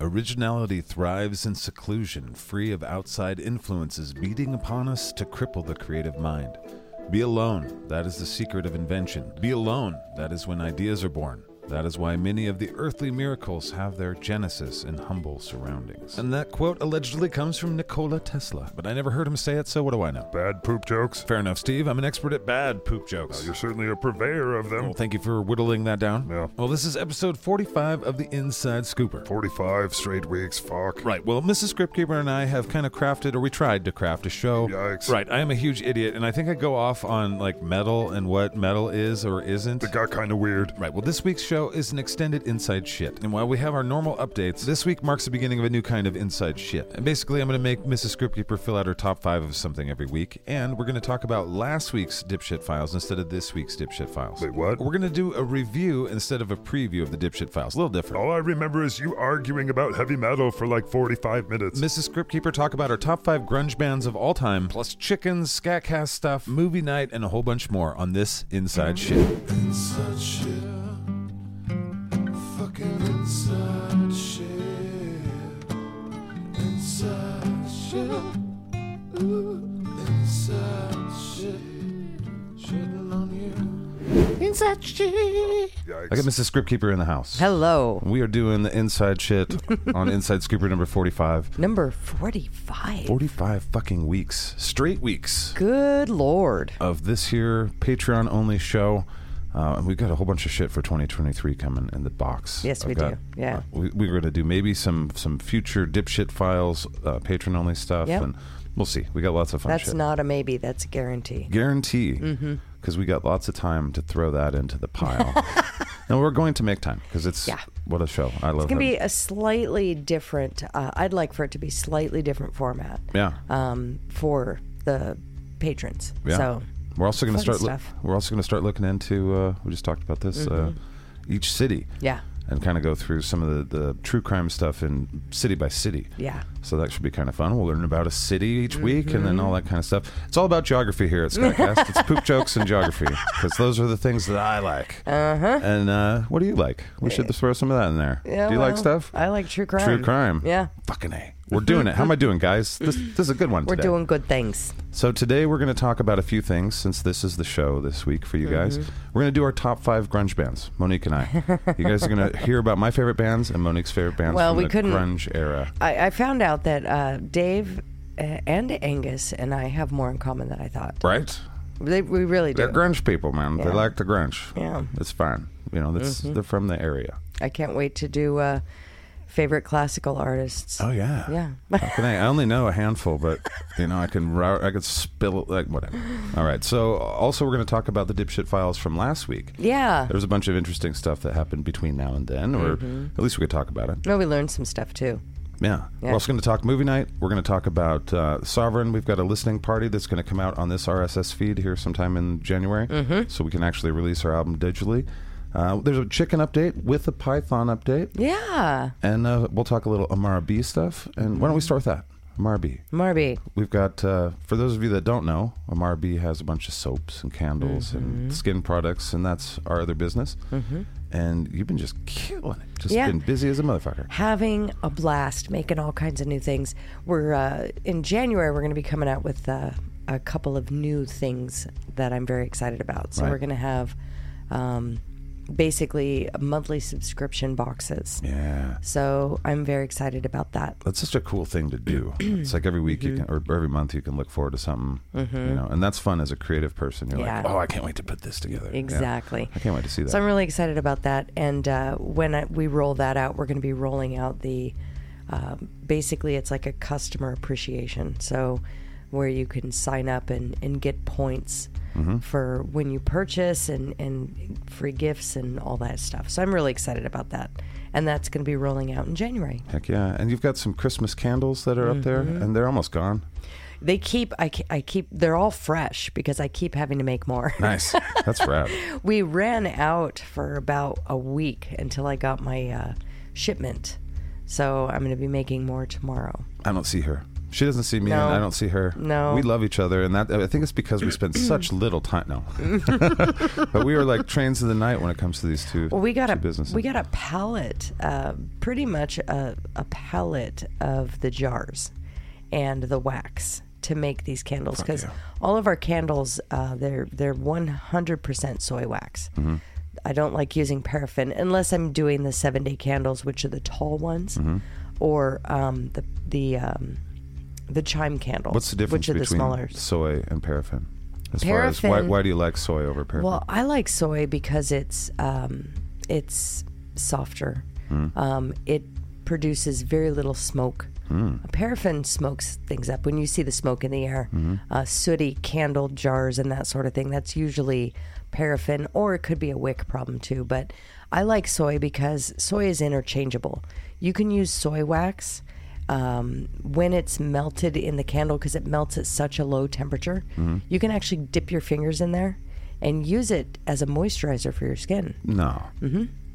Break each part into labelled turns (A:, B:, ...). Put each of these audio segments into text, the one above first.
A: Originality thrives in seclusion, free of outside influences beating upon us to cripple the creative mind. Be alone, that is the secret of invention. Be alone, that is when ideas are born. That is why many of the earthly miracles have their genesis in humble surroundings. And that quote allegedly comes from Nikola Tesla, but I never heard him say it, so what do I know?
B: Bad poop jokes?
A: Fair enough, Steve. I'm an expert at bad poop
B: Well,
A: jokes.
B: you're certainly a purveyor of them.
A: Well, thank you for whittling that down.
B: Yeah.
A: Well, this is episode 45 of the Inside Scooper.
B: 45 straight weeks, fuck.
A: Right. Well, Mrs. Scriptkeeper and I have kind of crafted, or we tried to craft a show.
B: Yikes.
A: Right. I am a huge idiot, and I think I go off on like metal and what metal is or isn't.
B: It got kind of weird.
A: Right, well, this week's show is an extended inside shit. And while we have our normal updates, this week marks the beginning of a new kind of inside shit. And basically, I'm going to make Mrs. Scriptkeeper fill out her top five of something every week. And we're going to talk about last week's dipshit files instead of this week's dipshit files.
B: Wait, what?
A: We're going to do a review instead of a preview of the dipshit files. A little different.
B: All I remember is you arguing about heavy metal for like 45 minutes.
A: Mrs. Scriptkeeper talk about our top five grunge bands of all time, plus chickens, scatcast stuff, movie night, and a whole bunch more on this Inside Shit.
C: Inside shit. Fucking inside shit. Inside shit. Ooh, inside shit. Shitting on you.
D: Inside shit.
A: I got
B: Yikes.
A: Mrs. Scriptkeeper in the house.
D: Hello.
A: We are doing the inside shit on Inside Scooper number 45.
D: Number 45.
A: 45 fucking weeks, straight weeks
D: Good lord.
A: of this here Patreon only show. Uh, and we've got a whole bunch of shit for 2023 coming in the box.
D: Yes,
A: I've
D: we
A: got-
D: do. Yeah.
A: uh, we, we're going to do maybe some some future dipshit files, uh, patron only stuff,
D: Yep.
A: and we'll see. We got lots of fun.
D: That's
A: Oh, shit.
D: not Mm-hmm. a maybe, that's a guarantee.
A: guarantee, because we got lots of time to throw that into the pile. and we're going to make time because it's
D: Yeah.
A: what a show. I love
D: It
A: it.
D: can be a slightly different, uh, I'd like for it to be slightly different format
A: yeah.
D: um, for the patrons.
A: Yeah.
D: So,
A: we're also going to
D: fun
A: start. Lo-
D: stuff. Mm-hmm.
A: we're also going to start looking into. Uh, we just talked about this. Uh, each city.
D: Yeah.
A: And kind of go through some of the, the true crime stuff in city by city.
D: Yeah.
A: So that should be kind of fun. We'll learn about a city each week and then all
D: Mm-hmm.
A: that kind of stuff. It's all about geography here at Skycast. it's poop jokes and geography because those are the things that I like. Uh-huh. And uh, what do you like? We should just throw some of that in there.
D: yeah,
A: do you like
D: well,
A: stuff?
D: I like true crime.
A: True crime.
D: Yeah.
A: Fucking A. We're doing it. How am I doing, guys? This, this is a good one
D: We're
A: today.
D: doing good things.
A: So today we're going to talk about a few things since this is the show this week for you
D: Mm-hmm.
A: guys. We're going to do our top five grunge bands, Monique and I. you guys are going to hear about my favorite bands and Monique's favorite bands
D: Well,
A: from
D: we
A: the
D: couldn't-
A: grunge era.
D: I, I found out that uh, Dave uh, and Angus and I have more in common than I thought.
A: Right?
D: They, we really do.
A: They're grunge people, man. They
D: Yeah.
A: like the grunge.
D: Yeah. Mm-hmm.
A: It's fine. You know, that's, they're from the area.
D: I can't wait to do uh, favorite classical artists.
A: Oh, yeah.
D: Yeah.
A: Fucking A. I only know a handful, but you know I can rou- I could spill it like whatever. All right. So also we're going to talk about the dipshit files from last week.
D: Yeah.
A: There's a bunch of interesting stuff that happened between now and then, or
D: Mm-hmm.
A: at least we could talk about it.
D: No, we learned some stuff too.
A: Yeah. We're
D: Yeah.
A: also going to talk movie night. We're going to talk about uh, Sovereign. We've got a listening party that's going to come out on this RSS feed here sometime in January.
D: Mm-hmm.
A: So we can actually release our album digitally. Uh, there's a chicken update with a Python update.
D: Yeah.
A: And uh, we'll talk a little Amara B stuff. And why don't we start with that? Amara B.
D: Marby.
A: We've got, uh, for those of you that don't know, Amara B has a bunch of soaps and candles
D: Mm-hmm.
A: and skin products, and that's our other business. And you've been just killing it. Just
D: Yeah.
A: been busy as a motherfucker.
D: Having a blast, making all kinds of new things. We're uh, in January. We're going to be coming out with uh, a couple of new things that I'm very excited about. So
A: Right.
D: we're going to have um, basically monthly subscription boxes.
A: Yeah.
D: So I'm very excited about that.
A: that's such a cool thing to do. it's like every week
D: Mm-hmm.
A: you can, or every month you can look forward to something, you know, and that's fun as a creative person. You're
D: Yeah.
A: like, oh, I can't wait to put this together. Yeah.
D: Exactly.
A: I can't wait to see that.
D: So I'm really excited about that. And uh, when I, we roll that out, we're going to be rolling out the um, basically it's like a customer appreciation. So where you can sign up and, and get points
A: Mm-hmm.
D: for when you purchase and, and free gifts and all that stuff. So I'm really excited about that. And that's going to be rolling out in January.
A: Heck yeah! And you've got some Christmas candles that are up there,
D: Mm-hmm.
A: and they're almost gone.
D: They keep, I, ke- I keep, they're all fresh because I keep having to make more.
A: Nice. that's rad.
D: We ran out for about a week until I got my uh, shipment. So I'm going to be making more tomorrow.
A: I don't see her. She doesn't see me,
D: No.
A: and I don't see her.
D: No.
A: we love each other, and that I think it's because we spend such little time. No, but we are like trains of the night when it comes to these two.
D: Well, we got
A: two
D: a
A: businesses.
D: we got a pallet, uh, pretty much a, a pallet of the jars and the wax to make these candles because
A: yeah.
D: all of our candles uh, they're they're one hundred percent soy wax.
A: Mm-hmm.
D: I don't like using paraffin unless I'm doing the seven day candles, which are the tall ones,
A: Mm-hmm.
D: or um, the the um, the chime candles,
A: What's the difference
D: which are the
A: between
D: smaller.
A: soy and paraffin? As far as why,
D: Paraffin-
A: why do you like soy over paraffin?
D: Well, I like soy because it's um, it's softer. Um, it produces very little smoke. Paraffin smokes things up. When you see the smoke in the air, uh, sooty candle jars and that sort of thing, that's usually paraffin, or it could be a wick problem too. But I like soy because soy is interchangeable. You can use soy wax um, when it's melted in the candle because it melts at such a low temperature.
A: Mm-hmm.
D: You can actually dip your fingers in there and use it as a moisturizer for your skin.
A: no,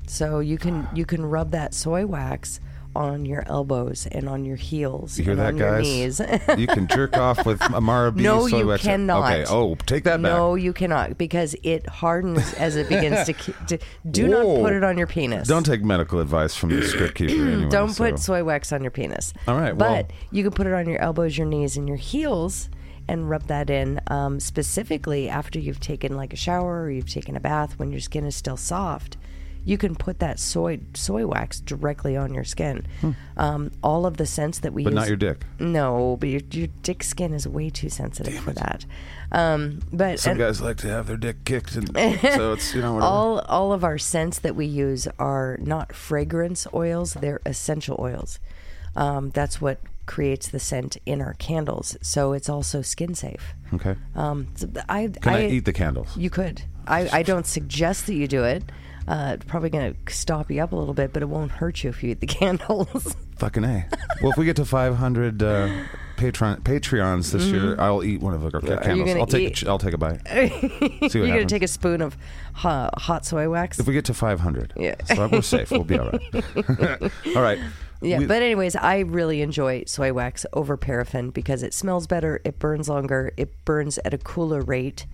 D: So you
A: Ah.
D: can you can rub that soy wax on your elbows and on your heels
A: you hear
D: and
A: that,
D: on your
A: guys?
D: knees.
A: you can jerk off with Amara B.
D: No,
A: soy
D: you
A: wax.
D: cannot.
A: Okay. Oh, take that back.
D: no, you cannot because it hardens as it begins to. ke- to do
A: Whoa.
D: not put it on your penis.
A: Don't take medical advice from the script keeper. Anyway,
D: Don't put
A: so-
D: soy wax on your penis.
A: All right, well-
D: But you can put it on your elbows, your knees, and your heels and rub that in um, specifically after you've taken like a shower or you've taken a bath when your skin is still soft. You can put that soy soy wax directly on your skin. Um, all of the scents that we
A: Hmm. but
D: use.
A: not your dick.
D: No, but your, your dick skin is way too sensitive for that. Um, but
A: Some
D: and-
A: guys like to have their dick kicked, and so it's you know whatever.
D: all all of our scents that we use are not fragrance oils; they're essential oils. Um, that's what creates the scent in our candles. So it's also skin safe.
A: okay.
D: Um, so th- I,
A: Can I, eat the candles?
D: You could. I, I don't suggest that you do it. Uh, it's probably going to stop you up a little bit, but it won't hurt you if you eat the candles.
A: Fucking a. well, if we get to 500 uh, Patreon Patreons this year, I'll eat one of the candles.
D: Mm-hmm. gonna
A: I'll take a
D: eat-
A: ch- I'll take a bite. See
D: You're
A: what
D: going to
A: happens.
D: take a spoon of hot, hot soy wax.
A: if we get to 500,
D: Yeah.
A: so we're safe. We'll be all right. all right.
D: Yeah,
A: We-
D: but anyways, I really enjoy soy wax over paraffin because it smells better, it burns longer, it burns at a cooler rate,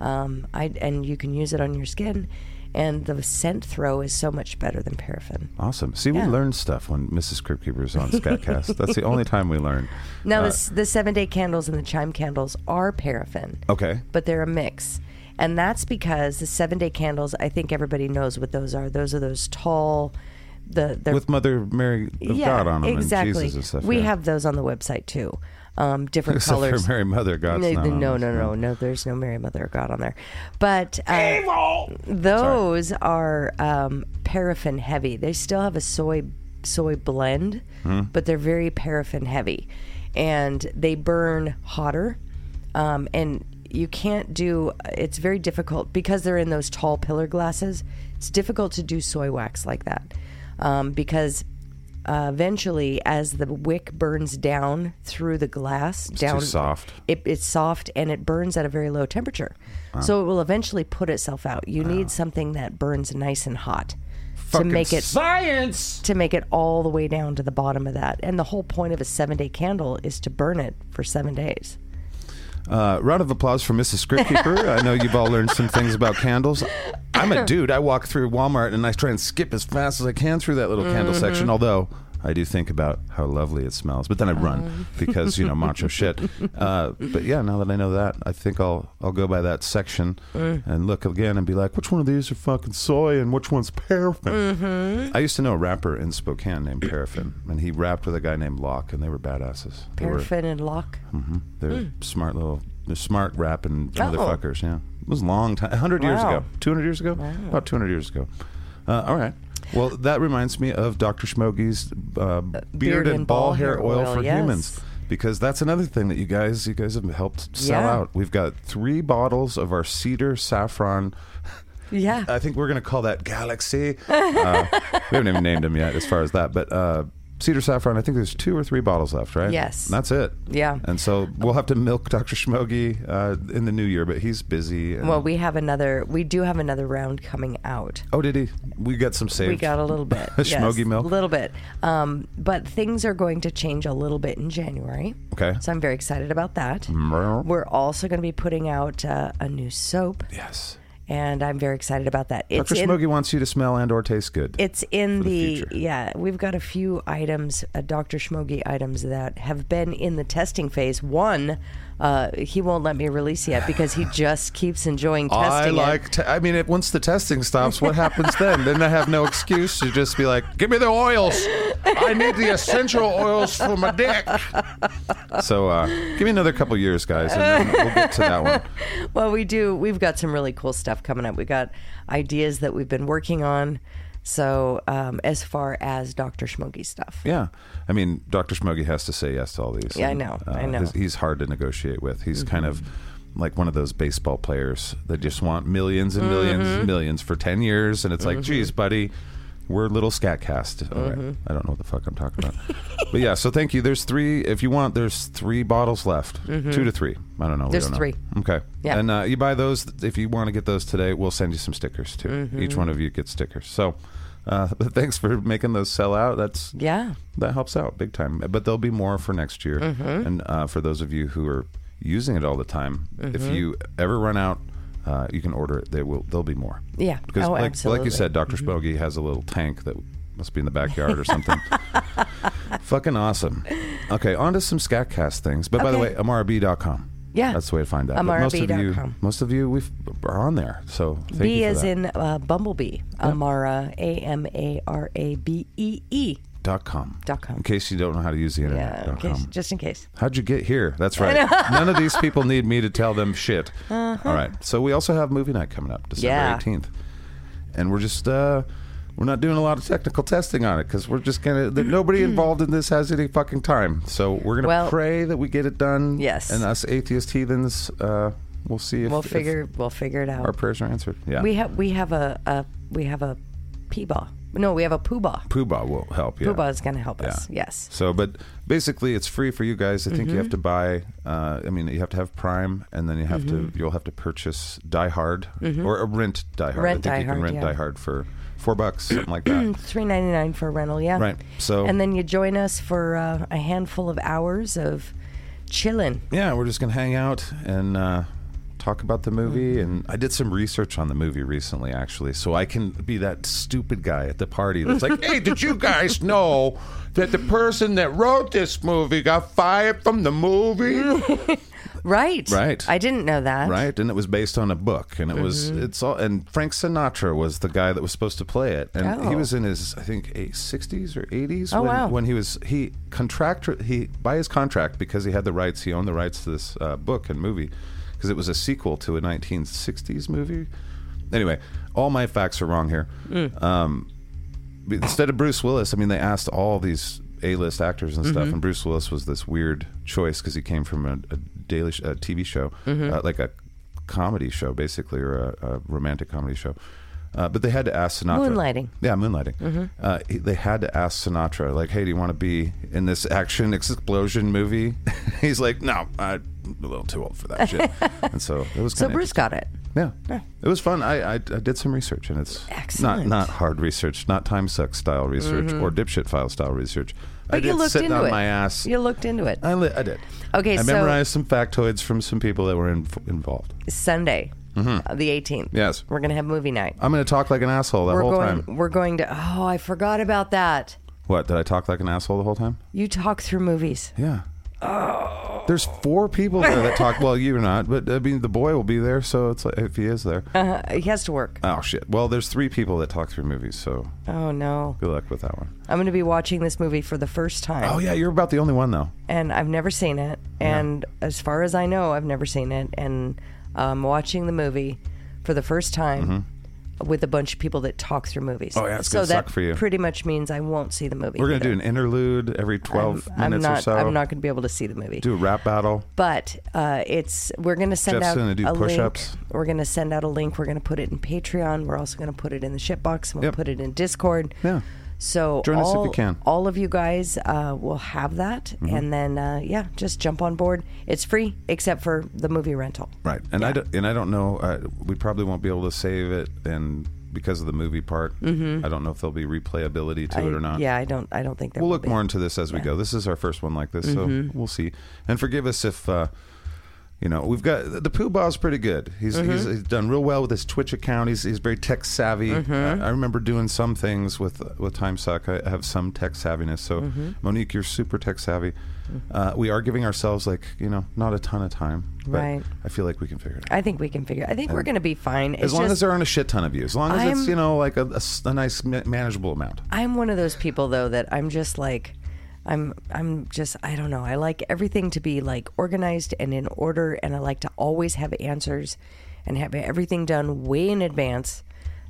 D: um, I and you can use it on your skin, and the scent throw is so much better than paraffin.
A: awesome. See,
D: Yeah.
A: we learn stuff when Mrs. Crypt Keeper is on Scatcast. That's the only time we learn.
D: Now
A: Uh,
D: the the the seven day candles and the chime candles are paraffin,
A: Okay.
D: but they're a mix, and that's because the seven day candles. I think everybody knows what those are. Those are those tall. The, they're
A: With Mother Mary of God on them and Jesus and stuff.
D: we
A: yeah.
D: have those on the website too. Um, different
A: Except
D: colors.
A: for Mary Mother of God's
D: No,
A: not on
D: no,
A: this
D: no,
A: one.
D: no, no. There's no Mary Mother of God on there, but uh, those are um, paraffin heavy. They still have a soy soy blend,
A: Hmm?
D: but they're very paraffin heavy, and they burn hotter. Um, and you can't do. It's very difficult because they're in those tall pillar glasses. It's difficult to do soy wax like that um, because. Uh, eventually, as the wick burns down through the glass,
A: It's
D: down
A: Too soft.
D: it, it's soft and it burns at a very low temperature. So it will eventually put itself out. You need something that burns nice and hot to make it
A: science.
D: to make it all the way down to the bottom of that. And the whole point of a 7-day candle is to burn it for 7 days.
A: Uh, round of applause for Mrs. Scriptkeeper. I know you've all learned some things about candles. I'm a dude. I walk through Walmart and I try and skip as fast as I can through that little candle section. Although I do think about how lovely it smells, but then I run because you know macho shit. Uh, but yeah, now that I know that, I think I'll I'll go by that section and look again and be like, which one of these are fucking soy and which one's paraffin? I used to know a rapper in Spokane named Paraffin, and he rapped with a guy named Locke, and they were badasses. They were-
D: Paraffin and lock.
A: they're smart little, they're smart rapping
D: Hmm. Oh.
A: motherfuckers. Yeah, it was a long time, hundred years
D: Wow.
A: ago, two hundred years ago, about two hundred years ago. Uh, all right. Well, that reminds me of Dr. Schmogey's uh, beard, and, ball hair oil, for
D: yes.
A: humans, because that's another thing that you guys, you guys have helped sell
D: Yeah.
A: out. We've got three bottles of our cedar saffron.
D: Yeah.
A: I think we're gonna call that Galaxy. Uh, we haven't even named them yet, as far as that. But uh, Cedar Saffron, I think there's two or three bottles left, right?
D: Yes.
A: That's it.
D: Yeah.
A: And so we'll have to milk Dr. Shmogi uh, in the new year, but he's busy. and-
D: Well, we have another. We do have another round coming out.
A: oh, did he? We got some saved.
D: We got a little bit. yes,
A: Shmogi milk?
D: A little bit. Um, but things are going to change a little bit in January.
A: Okay.
D: So I'm very excited about
A: Mm-hmm.
D: that. We're also going to be putting out uh, a new soap,
A: yes.
D: and I'm very excited about that. It's
A: Dr.
D: in-
A: Shmogi wants you to smell and or taste good.
D: It's in
A: for the
D: the,
A: future.
D: yeah. We've got a few items, uh, Dr. Schmogi items that have been in the testing phase. One, uh, he won't let me release yet because he just keeps enjoying testing
A: I
D: it.
A: like. Te- I mean, if once the testing stops, what happens then? Then I have no excuse to just be like, "Give me the oils. I need the essential oils for my dick." So, uh, give me another couple years, guys, and then we'll get to that one.
D: Well, we do. We've got some really cool stuff coming up. We got ideas that we've been working on. So, um, as far as Dr. Schmogi stuff,
A: Yeah, I mean, Doctor Smoggy has to say yes to all these. Uh,
D: Yeah, I know, I know. Mm-hmm.
A: He's, he's hard to negotiate with. He's kind of like one of those baseball players that just want millions and 1000000s
D: Mm-hmm.
A: and millions for ten years, and it's like, geez, buddy. We're a little scat cast. All right.
D: Mm-hmm.
A: I don't know what the fuck I'm talking about. but yeah, so thank you. There's three, if you want, there's three bottles left. Two to three. I don't know. We
D: Mm-hmm. There's
A: don't know.
D: three.
A: Okay.
D: Yeah.
A: And uh, you buy those if you want to get those today. We'll send you some stickers too. Each
D: Mm-hmm.
A: one of you gets stickers. So, uh, but thanks for making those sell out. That's
D: yeah,
A: that helps out big time. But there'll be more for next year.
D: Mm-hmm.
A: And uh, for those of you who are using it all the time, if
D: Mm-hmm.
A: you ever run out, uh, you can order it. There will there'll be more.
D: Yeah.
A: because
D: Oh,
A: like, like
D: absolutely. Mm-hmm.
A: you said, Doctor Spogie has a little tank that must be in the backyard or something. Fucking awesome. Okay, on to some Scatcast things. But by the way,
D: Okay.
A: amrb.com.
D: Yeah.
A: that's the way to find that. But most of you,
D: MRB.com.
A: most of you, we've, are on there. So thank
D: B
A: you for
D: as
A: that.
D: in uh, Bumblebee, Amara, A M A R A B E E.
A: dot com.
D: Dot com.
A: In case you don't know how to use the internet.
D: Yeah, in
A: dot
D: case,
A: com.
D: just in case.
A: How'd you get here? That's right. None of these people need me to tell them shit. All right. So we also have movie night coming up,
D: Uh-huh.
A: December
D: Yeah.
A: eighteenth, and we're just uh, we're not doing a lot of technical testing on it because we're just gonna that nobody involved in this has any fucking time. So we're gonna
D: Well-
A: pray that we get it done.
D: Yes.
A: And us atheist heathens, uh, we'll see if
D: We'll
A: if
D: figure. We'll figure it out.
A: our prayers are answered. Yeah.
D: We have we have a, a we have a peeba. No, we have a poobah.
A: Poobah will help. Yeah.
D: Poobah is going to help us.
A: Yeah.
D: Yes.
A: So, but basically, it's free for you guys. I think you
D: Mm-hmm.
A: have to buy. Uh, I mean, you have to have Prime, and then you have to
D: Mm-hmm.
A: you'll have to purchase Die Hard or uh, rent Die Hard.
D: Rent
A: I think
D: Die
A: you can
D: Hard,
A: rent
D: yeah.
A: Die Hard for four bucks, something like that.
D: Three ninety nine for a rental, yeah.
A: Right, so-
D: and then you join us for uh, a handful of hours of chilling.
A: yeah, we're just gonna hang out and uh, talk about
D: Mm.
A: the movie. And I did some research on the movie recently, actually, so I can be that stupid guy at the party that's like, "Hey, did you guys know that the person that wrote this movie got fired from the movie?"
D: Right.
A: Right.
D: I didn't know that. Mm-hmm.
A: right and it was based on a book and it was it's all and frank sinatra was the guy that was supposed to play it and he
D: Oh.
A: was in his i think eight, 60s or 80s
D: Oh,
A: when,
D: wow.
A: when he was he contract he by his contract because he had the rights he owned the rights to this uh, book and movie because it was a sequel to a 1960s movie anyway all my facts are wrong here
D: Mm.
A: um, but instead of bruce willis i mean they asked all these a-list actors and
D: Mm-hmm.
A: stuff and bruce willis was this weird choice because he came from a, a daily sh- a tv show
D: Mm-hmm.
A: uh, like a comedy show basically or a, a romantic comedy show uh, but they had to ask Sinatra.
D: Moonlighting. Mm-hmm.
A: Yeah, moonlighting. Uh, he- they had to ask Sinatra, like, "Hey, do you want to be in this action explosion movie?" He's like, "No, I'm a little too old for that shit." and so it was
D: So
A: kinda
D: Bruce got it.
A: yeah. It was fun. I, I, I did some research, and it's
D: Excellent. Mm-hmm.
A: not not hard research, not time suck style research or dipshit file style research. I
D: But
A: did
D: you looked
A: sit
D: into
A: on
D: it.
A: my ass. Uh,
D: You looked into it.
A: I, li- I did.
D: Okay,
A: I
D: so-
A: memorized some factoids from some people that were in- involved.
D: Sunday,
A: mm-hmm.
D: uh, the eighteenth.
A: Yes.
D: We're gonna have movie night.
A: I'm going to talk like an asshole the
D: we're
A: whole
D: going.
A: time.
D: We're going to. Oh, I forgot about that.
A: What? Did I talk like an asshole the whole time?
D: You talk through movies.
A: Yeah. Oh. There's four people there that talk. Well, you're not, but I mean, the boy will be there, so it's like if he is there.
D: Uh, he has to work.
A: oh shit. Well, there's three people that talk through movies, so
D: Oh no,
A: good luck with that one.
D: I'm gonna be watching this movie for the first time,
A: Oh yeah, you're about the only one though.
D: and I've never seen it. And as far as I know, I've never seen it. And I'm watching the movie for the first time. With a bunch of people that talk through movies.
A: Mm-hmm. Oh, yeah, it's
D: so
A: gonna
D: that
A: suck for you.
D: pretty much means I won't see the movie.
A: We're gonna do
D: either.
A: an interlude every 12
D: I'm
A: minutes
D: not,
A: or so.
D: I'm not going to be able to see the movie.
A: do a rap battle.
D: but uh, it's we're going to send
A: Jeff's
D: out
A: gonna do
D: a
A: push-ups.
D: link. We're going to send out a link. We're going to put it in Patreon. We're also going to put it in the shitbox. And we'll
A: Yep.
D: put it in Discord.
A: Yeah.
D: So
A: Join us if you
D: all,
A: can. Mm-hmm.
D: All of you guys uh, will have that, and then uh, yeah, just jump on board. It's free except for the movie rental.
A: Right, and I don't, and I don't know. Uh, we probably won't be able to save it, and because of the movie part, I don't know if there'll be replayability to it or not.
D: Yeah, Mm-hmm. I don't. I don't think that
A: we'll
D: will
A: look
D: be. Mm-hmm.
A: more into this as we go. This is our first one like this, so we'll see. And forgive us if. Uh, you know, we've got the Pooh Bah's pretty good. He's,
D: Mm-hmm.
A: he's he's done real well with his Twitch account. He's he's very tech savvy.
D: Mm-hmm.
A: I, I remember doing some things with with Time Suck. I have some tech savviness. So
D: Mm-hmm.
A: Monique, you're super tech savvy. Uh, we are giving ourselves like you know not a ton of time, but
D: Right.
A: I feel like we can figure it out.
D: I think we can figure. I think we're going to be fine.
A: As
D: It's
A: long
D: just,
A: as there aren't a shit ton of you. As long as it's
D: I'm-
A: you know like a, a s- a nice ma- manageable amount.
D: I'm one of those people though that I'm just like I'm I'm just I don't know. I like everything to be like organized and in order and I like to always have answers and have everything done way in advance.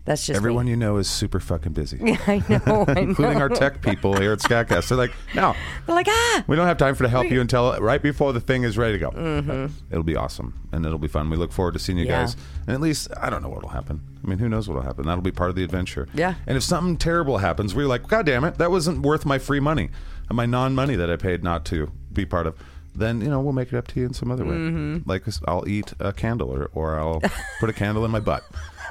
D: That's just me.
A: Everyone you know is super fucking busy,
D: I know. I know.
A: including our tech people here at Scatcast. They're like, no,
D: They're like, "Ah,
A: we don't have time for to help you until right before the thing is ready to go. It'll be awesome and it'll be fun. We look forward to seeing you
D: Mm-hmm. Yeah.
A: guys. And at least I don't know what'll happen. I mean, who knows what'll happen? That'll be part of the adventure.
D: Yeah.
A: And if something terrible happens, we're like, God damn it, that wasn't worth my free money and my non-money that I paid not to be part of. Then you know we'll make it up to you in some other way.
D: Mm-hmm.
A: Like I'll eat a candle or, or I'll put a candle in my butt.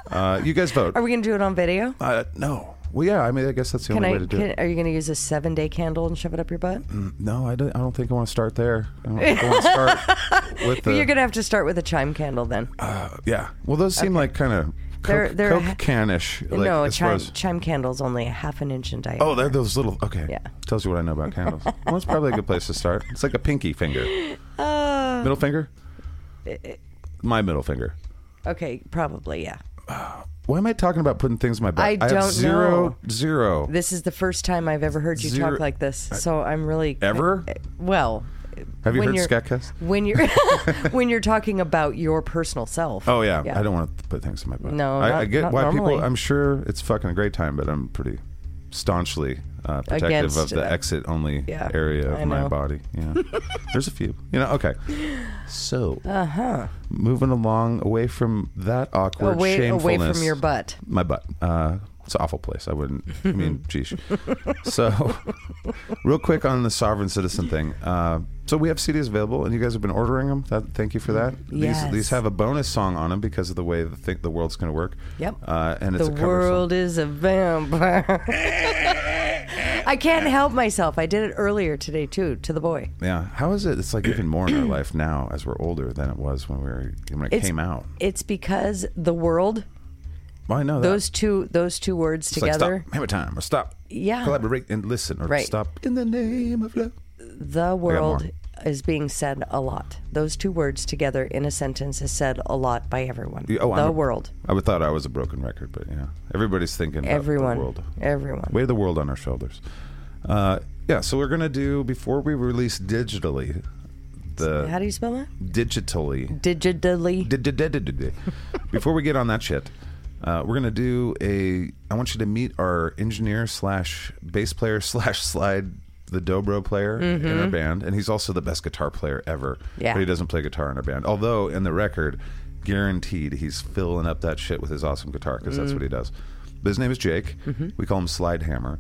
A: Uh, you guys vote.
D: are we going to do it on video?"
A: Uh, no. Well, yeah. I mean, I guess that's the
D: Can
A: only
D: I
A: way to do
D: can,
A: it. Mm,
D: are you going to use a 7-day candle and shove it up your butt?
A: No, I don't. I don't think I want to start there. I don't think I want to start with the.
D: You're going to have to start with a chime candle then. Uh,
A: yeah. Well, those seem like kind of
D: They're-
A: coke,
D: they're-
A: coke canish. Like,
D: no, a
A: as far
D: chime
A: as-
D: chime candle's only a half an inch in diameter.
A: Oh, they're those little. Okay.
D: Yeah.
A: Tells you what I know about candles. well, that's probably a good place to start. It's like a pinky finger.
D: Uh,
A: middle finger. My middle finger.
D: Okay, probably, yeah.
A: Why am I talking about putting things in my butt?
D: I
A: have
D: don't
A: zero,
D: know.
A: zero.
D: This is the first time I've ever heard you
A: Zero-
D: talk like this, so I'm really
A: Ever?
D: Well,
A: Have you
D: when
A: heard
D: you're-
A: Scatcast?
D: when you're when you're talking about your personal self.
A: Oh yeah.
D: Yeah.
A: I don't want to put things in my butt.
D: No,
A: I, I
D: not-
A: get
D: not
A: why people.
D: normally.
A: I'm sure it's fucking a great time, but I'm pretty staunchly uh, protective of
D: Against
A: the
D: that.
A: exit only
D: Yeah,
A: area of
D: I
A: my
D: know.
A: body. Yeah, there's a few. You know. Okay. So. Uh huh.
D: Uh-huh.
A: Moving along, away from that awkward
D: away away
A: shamefulness.
D: from your butt.
A: My butt. Uh, it's an awful place. I wouldn't. I mean, geesh. So, real quick on the sovereign citizen thing. Uh, so we have CDs available, and you guys have been ordering them. That, thank you for that. These
D: Yes.
A: these have a bonus song on them because of the way the thi- the world's going to work.
D: Yep.
A: Uh, and it's
D: The
A: a cover song.
D: world is a vampire. I can't help myself. I did it earlier today too to the boy.
A: Yeah. How is it? It's like even more in our life now as we're older than it was when we were when it
D: It's-
A: came out.
D: It's because the world,
A: Well, I know that.
D: those two those two words
A: It's like,
D: together,
A: stop, hammer time, or stop.
D: Yeah.
A: Collaborate and listen, or
D: Right.
A: stop in the name of love.
D: the
A: more.
D: world is being said a lot. Those two words together in a sentence is said a lot by everyone.
A: Yeah, oh,
D: the
A: I'm a-
D: world.
A: I would thought I was a broken record, but yeah, everybody's thinking about
D: Everyone.
A: the world.
D: Everyone.
A: Way of the world on our shoulders. Uh, yeah, so we're gonna do before we release digitally, the
D: How do you spell that?
A: digitally,
D: Digitally.
A: Di-di-di-di-di-di. before we get on that shit, uh, we're gonna do a. I want you to meet our engineer slash bass player slash slide the dobro player in our band, and he's also the best guitar player ever.
D: Mm-hmm. Yeah.
A: but he doesn't play guitar in our band. Although in the record, guaranteed he's filling up that shit with his awesome guitar because
D: Mm.
A: that's what he does. But his name is Jake.
D: Mm-hmm.
A: We call him Slide Hammer,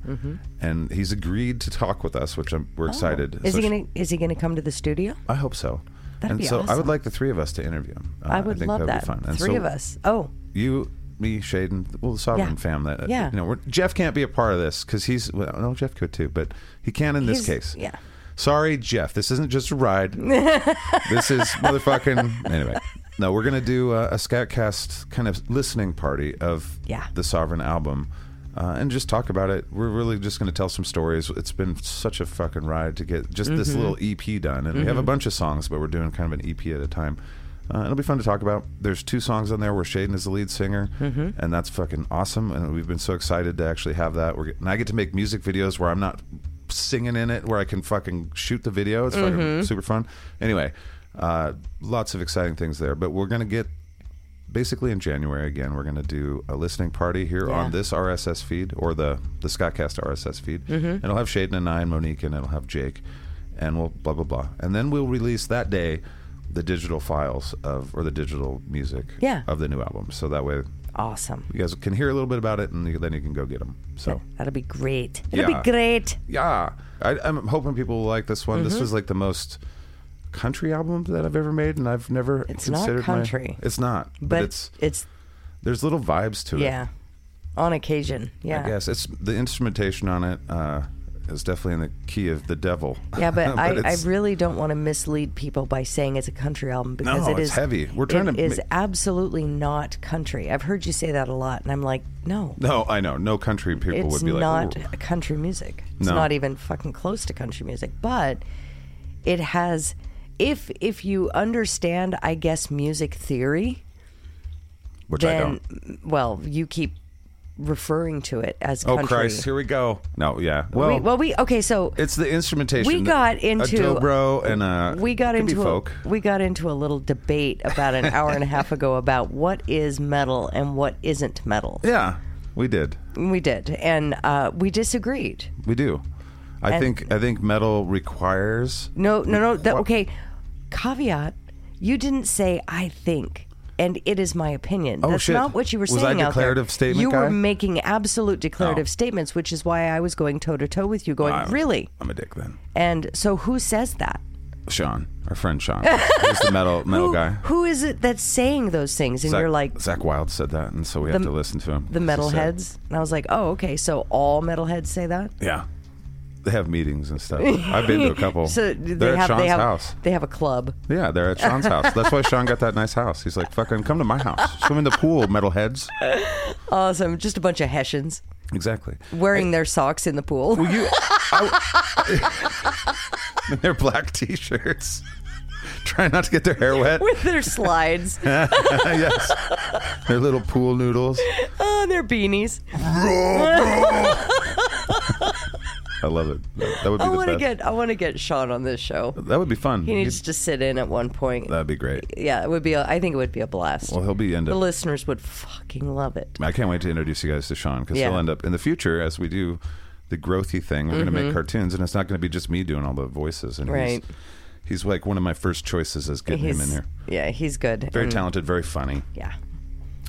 A: and he's agreed to talk with us, which I'm, we're excited.
D: Oh. Is
A: So
D: he
A: sh-
D: gonna Is he gonna come to the studio?
A: I hope so.
D: That'd
A: and
D: be
A: so I would
D: awesome.
A: like the three of us to interview him. Uh,
D: I would
A: think
D: love
A: that'd
D: that.
A: be fun. And
D: Three
A: so
D: of us. Oh,
A: You, me, Shaden, well, the Sovereign
D: Yeah.
A: family. uh,
D: Yeah.
A: You know, we're, Jeff can't be a part of this because he's, well, no, Jeff could too, but he can in this
D: He's-
A: case.
D: yeah.
A: Sorry, Jeff. This isn't just a ride. this is motherfucking. Anyway. No, we're going to do a, a Scatcast kind of listening party of
D: Yeah.
A: the Sovereign album uh, and just talk about it. We're really just going to tell some stories. It's been such a fucking ride to get just this little EP done. And we have a bunch of songs, but we're doing kind of an EP at a time. Uh, it'll be fun to talk about. There's two songs on there where Shaden is the lead singer, and that's fucking awesome. And we've been so excited to actually have that. We're, and I get to make music videos where I'm not singing in it, where I can fucking shoot the video. It's fucking super fun. Anyway, uh, lots of exciting things there. But we're going to get basically in January again, we're going to do a listening party here on this RSS feed or the the Scottcast RSS feed,
D: Mm-hmm.
A: and it'll have Shaden and I and Monique, and it'll have Jake, and we'll blah blah blah, and then we'll release that day the digital files of or the digital music
D: Yeah.
A: of the new album. So that way,
D: awesome.
A: You guys can hear a little bit about it, and you- then you can go get them. So.
D: That'll be great. It'll
A: Yeah.
D: be great.
A: yeah I, i'm hoping people will like this one
D: Mm-hmm.
A: this was like the most country album that i've ever made and i've never
D: It's not
A: considered my-
D: country.
A: it's not but,
D: But
A: it's
D: it's,
A: there's little vibes to it
D: yeah, on occasion. Yeah.
A: i guess it's the instrumentation on it uh is definitely in the key of the devil
D: Yeah, but, I, I
A: it's-
D: really don't want to mislead people by saying it's a country album because
A: No,
D: it
A: it's
D: is
A: heavy. We're trying
D: it
A: to
D: is
A: ma-
D: absolutely not country. I've heard you say that a lot, and I'm like, no,
A: no i know no country people
D: it's
A: would be
D: not
A: like "Ooh."
D: country music. It's
A: No.
D: not even fucking close to country music, but it has. If if you understand, I guess music theory,
A: which i
D: then
A: don't
D: well, you keep referring to it as
A: oh
D: country.
A: christ here we go no yeah well,
D: We- well, we okay. So
A: it's the instrumentation
D: we
A: that-
D: got into-
A: a dobro and a
D: we got
A: it could be
D: into
A: folk
D: A, we got into a little debate about an hour and a half ago about what is metal and what isn't metal.
A: yeah we did
D: We did, and uh, we disagreed.
A: We do. I
D: And-
A: think I think metal requires
D: No, no, no. That,
A: Requi-
D: okay, caveat. You didn't say I think. And it is my opinion.
A: Oh,
D: That's
A: shit.
D: not what you were
A: Was
D: saying.
A: I
D: out there.
A: declarative statement
D: You
A: guy? Oh.
D: were making absolute declarative statements, which is why I was going toe to toe with you, going
A: I'm-
D: really.
A: I'm a dick then.
D: And so, who says that?
A: Sean, our friend Sean, he's the metal metal
D: who,
A: guy.
D: who is it that's saying those things? And
A: Zach,
D: you're like,
A: Zach Wild said that, and so we have
D: The-
A: to listen to him.
D: the
A: That's what he said.
D: metalheads, and I was like, oh, okay, so all metalheads say that.
A: Yeah, they have meetings and stuff. I've been to a couple.
D: So they
A: they're
D: have
A: at Sean's
D: they have
A: house.
D: they have a club.
A: Yeah, they're at Sean's house. That's why Sean got that nice house. He's like, "Fucking come to my house, swim in the pool, metalheads."
D: Awesome, just a bunch of Hessians
A: Exactly.
D: wearing their socks in the pool.
A: You, I- they're black t-shirts. Trying not to get their hair wet.
D: with their slides
A: yes, they're little pool noodles.
D: oh, their beanies.
A: I love it. That, that would be
D: I
A: the
D: want to
A: best.
D: get I want to get Sean on this show.
A: that would be fun.
D: He needs to sit in at one point.
A: That'd be great.
D: yeah, it would be. A, I think it would be a blast.
A: Well, he'll be end
D: the
A: up.
D: listeners would fucking love it.
A: I can't wait to introduce you guys to Sean because
D: Yeah.
A: he'll end up in the future as we do the growthy thing. We're going to make cartoons, and it's not going to be just me doing all the voices. And
D: Mm-hmm. Right.
A: he's, he's like one of my first choices is getting him in here.
D: Yeah, he's Mm. good.
A: Very
D: and-
A: talented, very funny,
D: Yeah.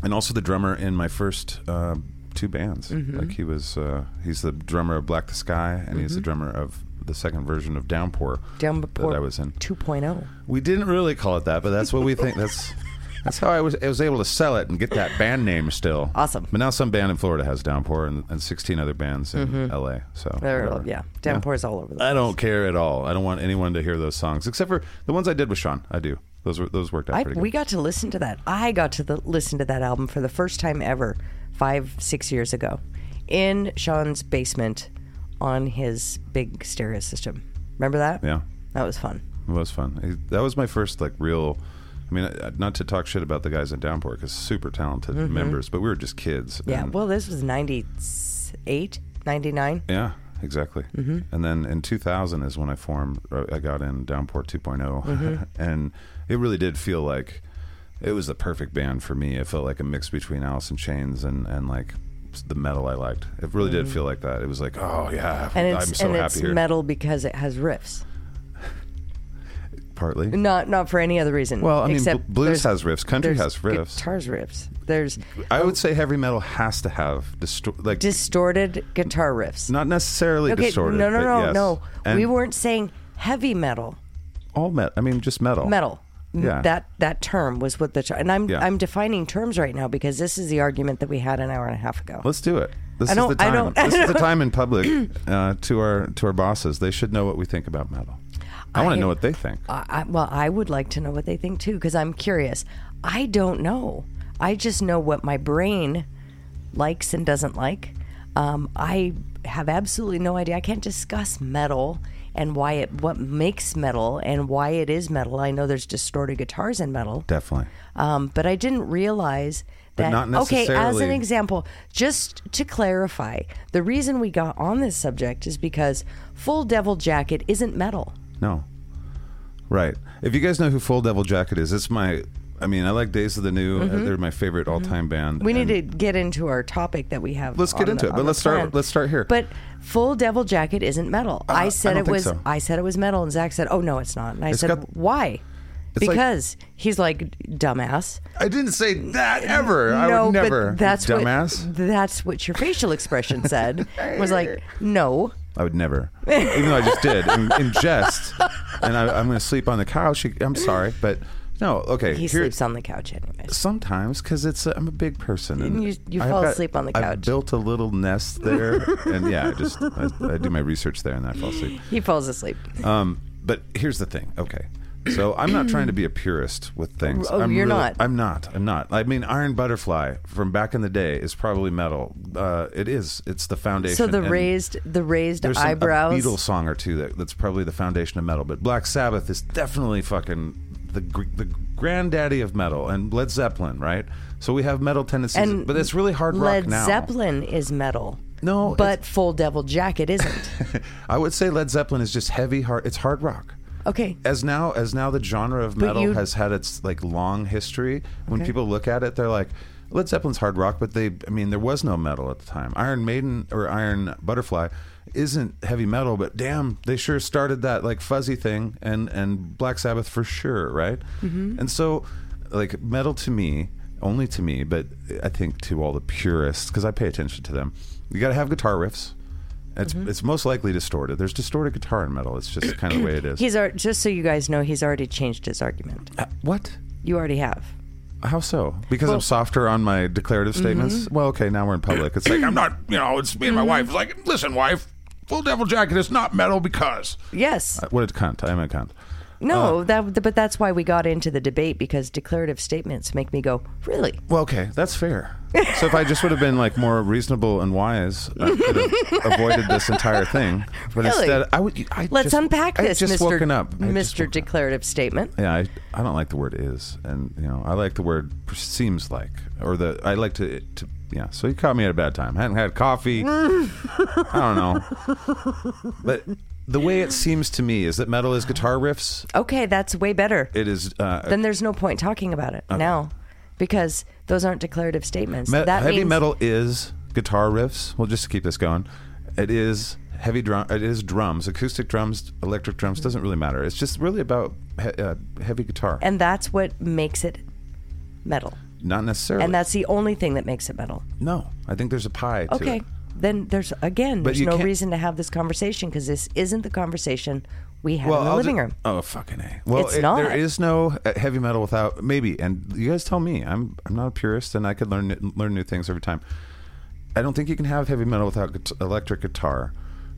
A: and also the drummer in my first. Uh, Two bands,
D: Mm-hmm.
A: like he was. Uh, he's the drummer of Black the Sky, and he's the drummer of the second version of Downpour.
D: Mm-hmm. Downpour
A: that I was in.
D: 2.0.
A: We didn't really call it that, but that's what we think. That's that's how I was, I was able to sell it and get that band name still.
D: Awesome.
A: But now some band in Florida has Downpour and, and 16 other bands in
D: Mm-hmm.
A: LA. So
D: They're-
A: whatever. Uh,
D: yeah, downpours all over the
A: I don't care at all. I don't want anyone to hear those songs except for the ones I did with Sean. I do. Those were those worked out
D: I,
A: pretty good.
D: we got to listen to that. I got to the, listen to that album for the first time ever, five, six years ago, in Sean's basement on his big stereo system. Remember that?
A: yeah.
D: That was fun.
A: It was fun. I- That was my first like real. I mean, I- not to talk shit about the guys in Downpour because super talented members, but we were just kids.
D: Mm-hmm. Yeah.
A: and-
D: Well, this was 98, 99.
A: Yeah, exactly.
D: Mm-hmm.
A: And then in 2000 is when I formed, uh, I got in Downport 2.0,
D: Mm-hmm.
A: and it really did feel like it was the perfect band for me. It felt like a mix between Alice in Chains and and like the metal I liked. It really did feel like that. It was like, oh yeah,
D: Mm-hmm. And
A: I'm
D: it's
A: so
D: and
A: happy
D: it's
A: here.
D: metal because it has riffs.
A: Partly.
D: Not not for any other reason.
A: Well, I mean,
D: except
A: bl- blues
D: there's-
A: has riffs, country
D: there's
A: has riffs.
D: Guitars riffs. There's
A: I would say heavy metal has to have distor- like
D: distorted guitar riffs.
A: not necessarily
D: okay,
A: distorted.
D: no, no,
A: but
D: no,
A: yes.
D: no.
A: And
D: we weren't saying heavy metal.
A: all metal. I mean, just metal.
D: metal. M-
A: Yeah.
D: That that term was what the ter- and I'm
A: Yeah.
D: I'm defining terms right now because this is the argument that we had an hour and a half ago.
A: Let's do it. This
D: I
A: is the
D: don't- I
A: time.
D: don't- I
A: this is the
D: don't-
A: time in public uh, to our to our bosses. They should know what we think about metal. I, want to
D: I-
A: know what they think.
D: I, I, well, I would like to know what they think too because I'm curious. I don't know. I just know what my brain likes and doesn't like. Um, I have absolutely no idea. I can't discuss metal and why it what makes metal and why it is metal. I know there's distorted guitars in metal.
A: Definitely.
D: Um, but I didn't realize
A: But
D: that.
A: not
D: Okay, as an
A: necessarily-
D: example, just to clarify, the reason we got on this subject is because Full Devil Jacket isn't metal.
A: No. Right. If you guys know who Full Devil Jacket is, it's my. I mean, I like Days of the New. They're my favorite all time band.
D: Mm-hmm. We
A: and
D: need to get into our topic that we have.
A: Let's get
D: on
A: into
D: the-
A: it,
D: on
A: but
D: the
A: let's start-
D: plan.
A: let's start here. Uh,
D: But Full Devil Jacket isn't metal. I said
A: don't
D: it
A: think
D: was.
A: so.
D: I said it was metal, and Zach said, "Oh no, it's not." And I said,
A: got-
D: "Why?"
A: It's like-
D: because he's like dumbass.
A: I didn't say that ever. I
D: no,
A: would never.
D: but that's
A: dumbass.
D: what that's what your facial expression said. was like, no,
A: I would never, even though I just did in, in jest, and I, I'm going to sleep on the couch. I'm sorry, but no. Okay,
D: he
A: here-
D: sleeps on the couch anyways.
A: sometimes because it's a, I'm a big person. And
D: You- you
A: I've
D: fall asleep on the
A: I've
D: couch.
A: built a little nest there, and yeah, I just I, I do my research there, and then I fall asleep.
D: He falls asleep.
A: Um, but here's the thing. Okay. So I'm not trying to be a purist with things.
D: Oh,
A: I'm
D: you're
A: really-
D: not.
A: I'm not. I'm not. I mean, Iron Butterfly from back in the day is probably metal. Uh, it is. It's the foundation.
D: So the
A: and
D: raised the raised
A: There's some-
D: eyebrows.
A: a Beatles song or two that, that's probably the foundation of metal. But Black Sabbath is definitely fucking the gr- the granddaddy of metal, and Led Zeppelin, right? So we have metal tendencies,
D: and
A: but it's really hard
D: Led
A: rock now.
D: Zeppelin is metal.
A: No,
D: but Full Devil Jacket isn't.
A: I would say Led Zeppelin is just heavy hard. It's hard rock.
D: Okay.
A: as now as now the genre of metal
D: you-
A: has had its like long history when
D: Okay.
A: people look at it they're like led zeppelin's hard rock but they i mean there was no metal at the time iron maiden or iron butterfly isn't heavy metal but damn they sure started that like fuzzy thing and and black sabbath for sure right
D: Mm-hmm.
A: and so like metal to me only to me but i think to all the purists because i pay attention to them you got to have guitar riffs it's,
D: Mm-hmm.
A: it's most likely distorted. There's distorted guitar in metal. It's just kind of the way it is.
D: He's al- just so you guys know, he's already changed his argument.
A: Uh, What?
D: You already have.
A: How so? Because I'm softer on my declarative
D: Mm-hmm.
A: statements. Well, okay, now we're in public. It's like I'm not. You know, it's me and my
D: Mm-hmm.
A: wife. It's like, listen, wife, full devil jacket is not metal because.
D: Yes.
A: Uh, What a cunt! I'm a cunt. uh.
D: No, that but that's why we got into the debate because declarative statements make me go, really?
A: Well, okay, that's fair. So if I just would have been like more reasonable and wise, I could have avoided this entire thing. But
D: Really?
A: instead, I would. I
D: Let's
A: just-
D: unpack this,
A: I just
D: Mr.
A: woken up, I just
D: Mr.
A: woke up.
D: Declarative Statement.
A: Yeah, I, I don't like the word is, and you know I like the word seems like, or the I like to to yeah. So you caught me at a bad time. hadn't had coffee. I don't know, but the way it seems to me is that metal is guitar riffs.
D: Okay, that's way better.
A: It is uh,
D: then there's no point talking about it now because those aren't declarative statements.
A: me-
D: that
A: heavy
D: means
A: metal is guitar riffs. Well, just to keep this going, it is heavy drum. It is drums, acoustic drums, electric drums. Doesn't really matter. It's just really about he- uh, heavy guitar,
D: and that's what makes it metal.
A: not necessarily.
D: And that's the only thing that makes it metal.
A: no, I think there's a pie. To
D: Okay.
A: it.
D: Then there's again,
A: But
D: there's
A: you
D: no
A: can't-
D: reason to have this conversation because this isn't the conversation we had in the
A: I'll
D: living
A: ju-
D: room.
A: Oh fucking a! Well,
D: It's
A: it-
D: not.
A: There is no uh, heavy metal without maybe. And you guys tell me. I'm I'm not a purist, and I could learn n- learn new things every time. I don't think you can have heavy metal without guit- electric guitar,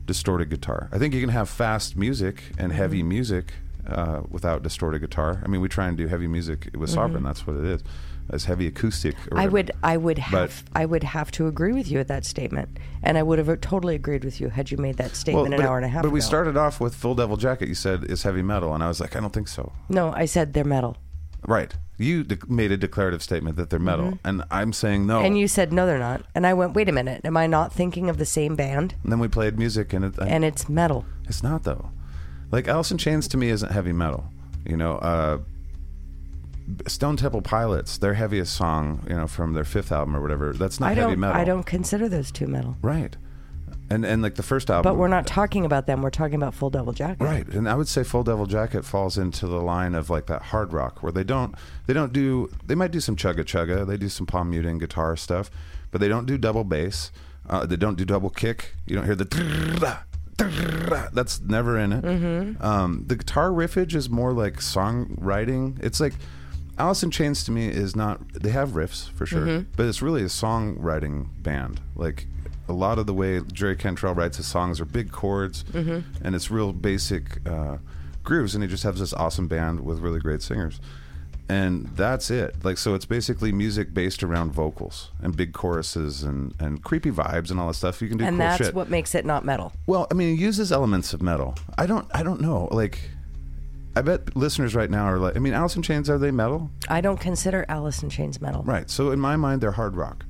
A: distorted guitar. I think you can have fast music and heavy
D: Mm-hmm.
A: music uh, without distorted guitar. I mean, we try and do heavy music with Sovereign. That's what it is. It's heavy acoustic. Or
D: Mm-hmm. I
A: whatever.
D: would I would
A: But-
D: have I would have to agree with you at that statement, and I would have totally agreed with you had you made that statement an
A: but-
D: hour and a half.
A: But we
D: ago.
A: started off with Full Devil Jacket. You said is heavy metal, and I was like, I don't think so.
D: No, I said they're metal,
A: Right. You dec made a declarative statement that they're metal, and I'm saying no.
D: Mm-hmm. and you said no, they're not, and I went, wait a minute, am I not thinking of the same band?
A: And then we played music, and, it,
D: And it's metal.
A: it's not though. Like Alice in Chains to me isn't heavy metal. You know, uh, Stone Temple Pilots, their heaviest song, you know, from their fifth album or whatever. That's not
D: I
A: heavy
D: don't
A: metal.
D: I don't consider those two metal.
A: Right. And and like the first album.
D: But we're not talking about them. We're talking about Full Double Jacket.
A: Right, and I would say Full Devil Jacket falls into the line of like that hard rock where they don't they don't do they might do some chugga chugga, they do some palm muting guitar stuff, but they don't do double bass, uh, they don't do double kick. You don't hear the trrrrrah, trrrrrah. that's never in it. Um, the guitar riffage is more like songwriting. It's like Alice in Chains to me is not they have riffs for sure,
D: Mm-hmm.
A: but it's really a songwriting band. Like a lot of the way Jerry Cantrell writes his songs are big chords,
D: Mm-hmm.
A: and it's real basic uh, grooves, and he just has this awesome band with really great singers, and that's it. Like so, it's basically music based around vocals and big choruses and and creepy vibes and all that stuff. You can do
D: And
A: cool
D: that's
A: shit.
D: what makes it not metal.
A: Well, I mean, it uses elements of metal. I don't. I don't know. Like, I bet listeners right now are like, I mean, Alice in Chains are they metal?
D: I don't consider Alice in Chains metal.
A: Right. So in my mind, they're hard rock,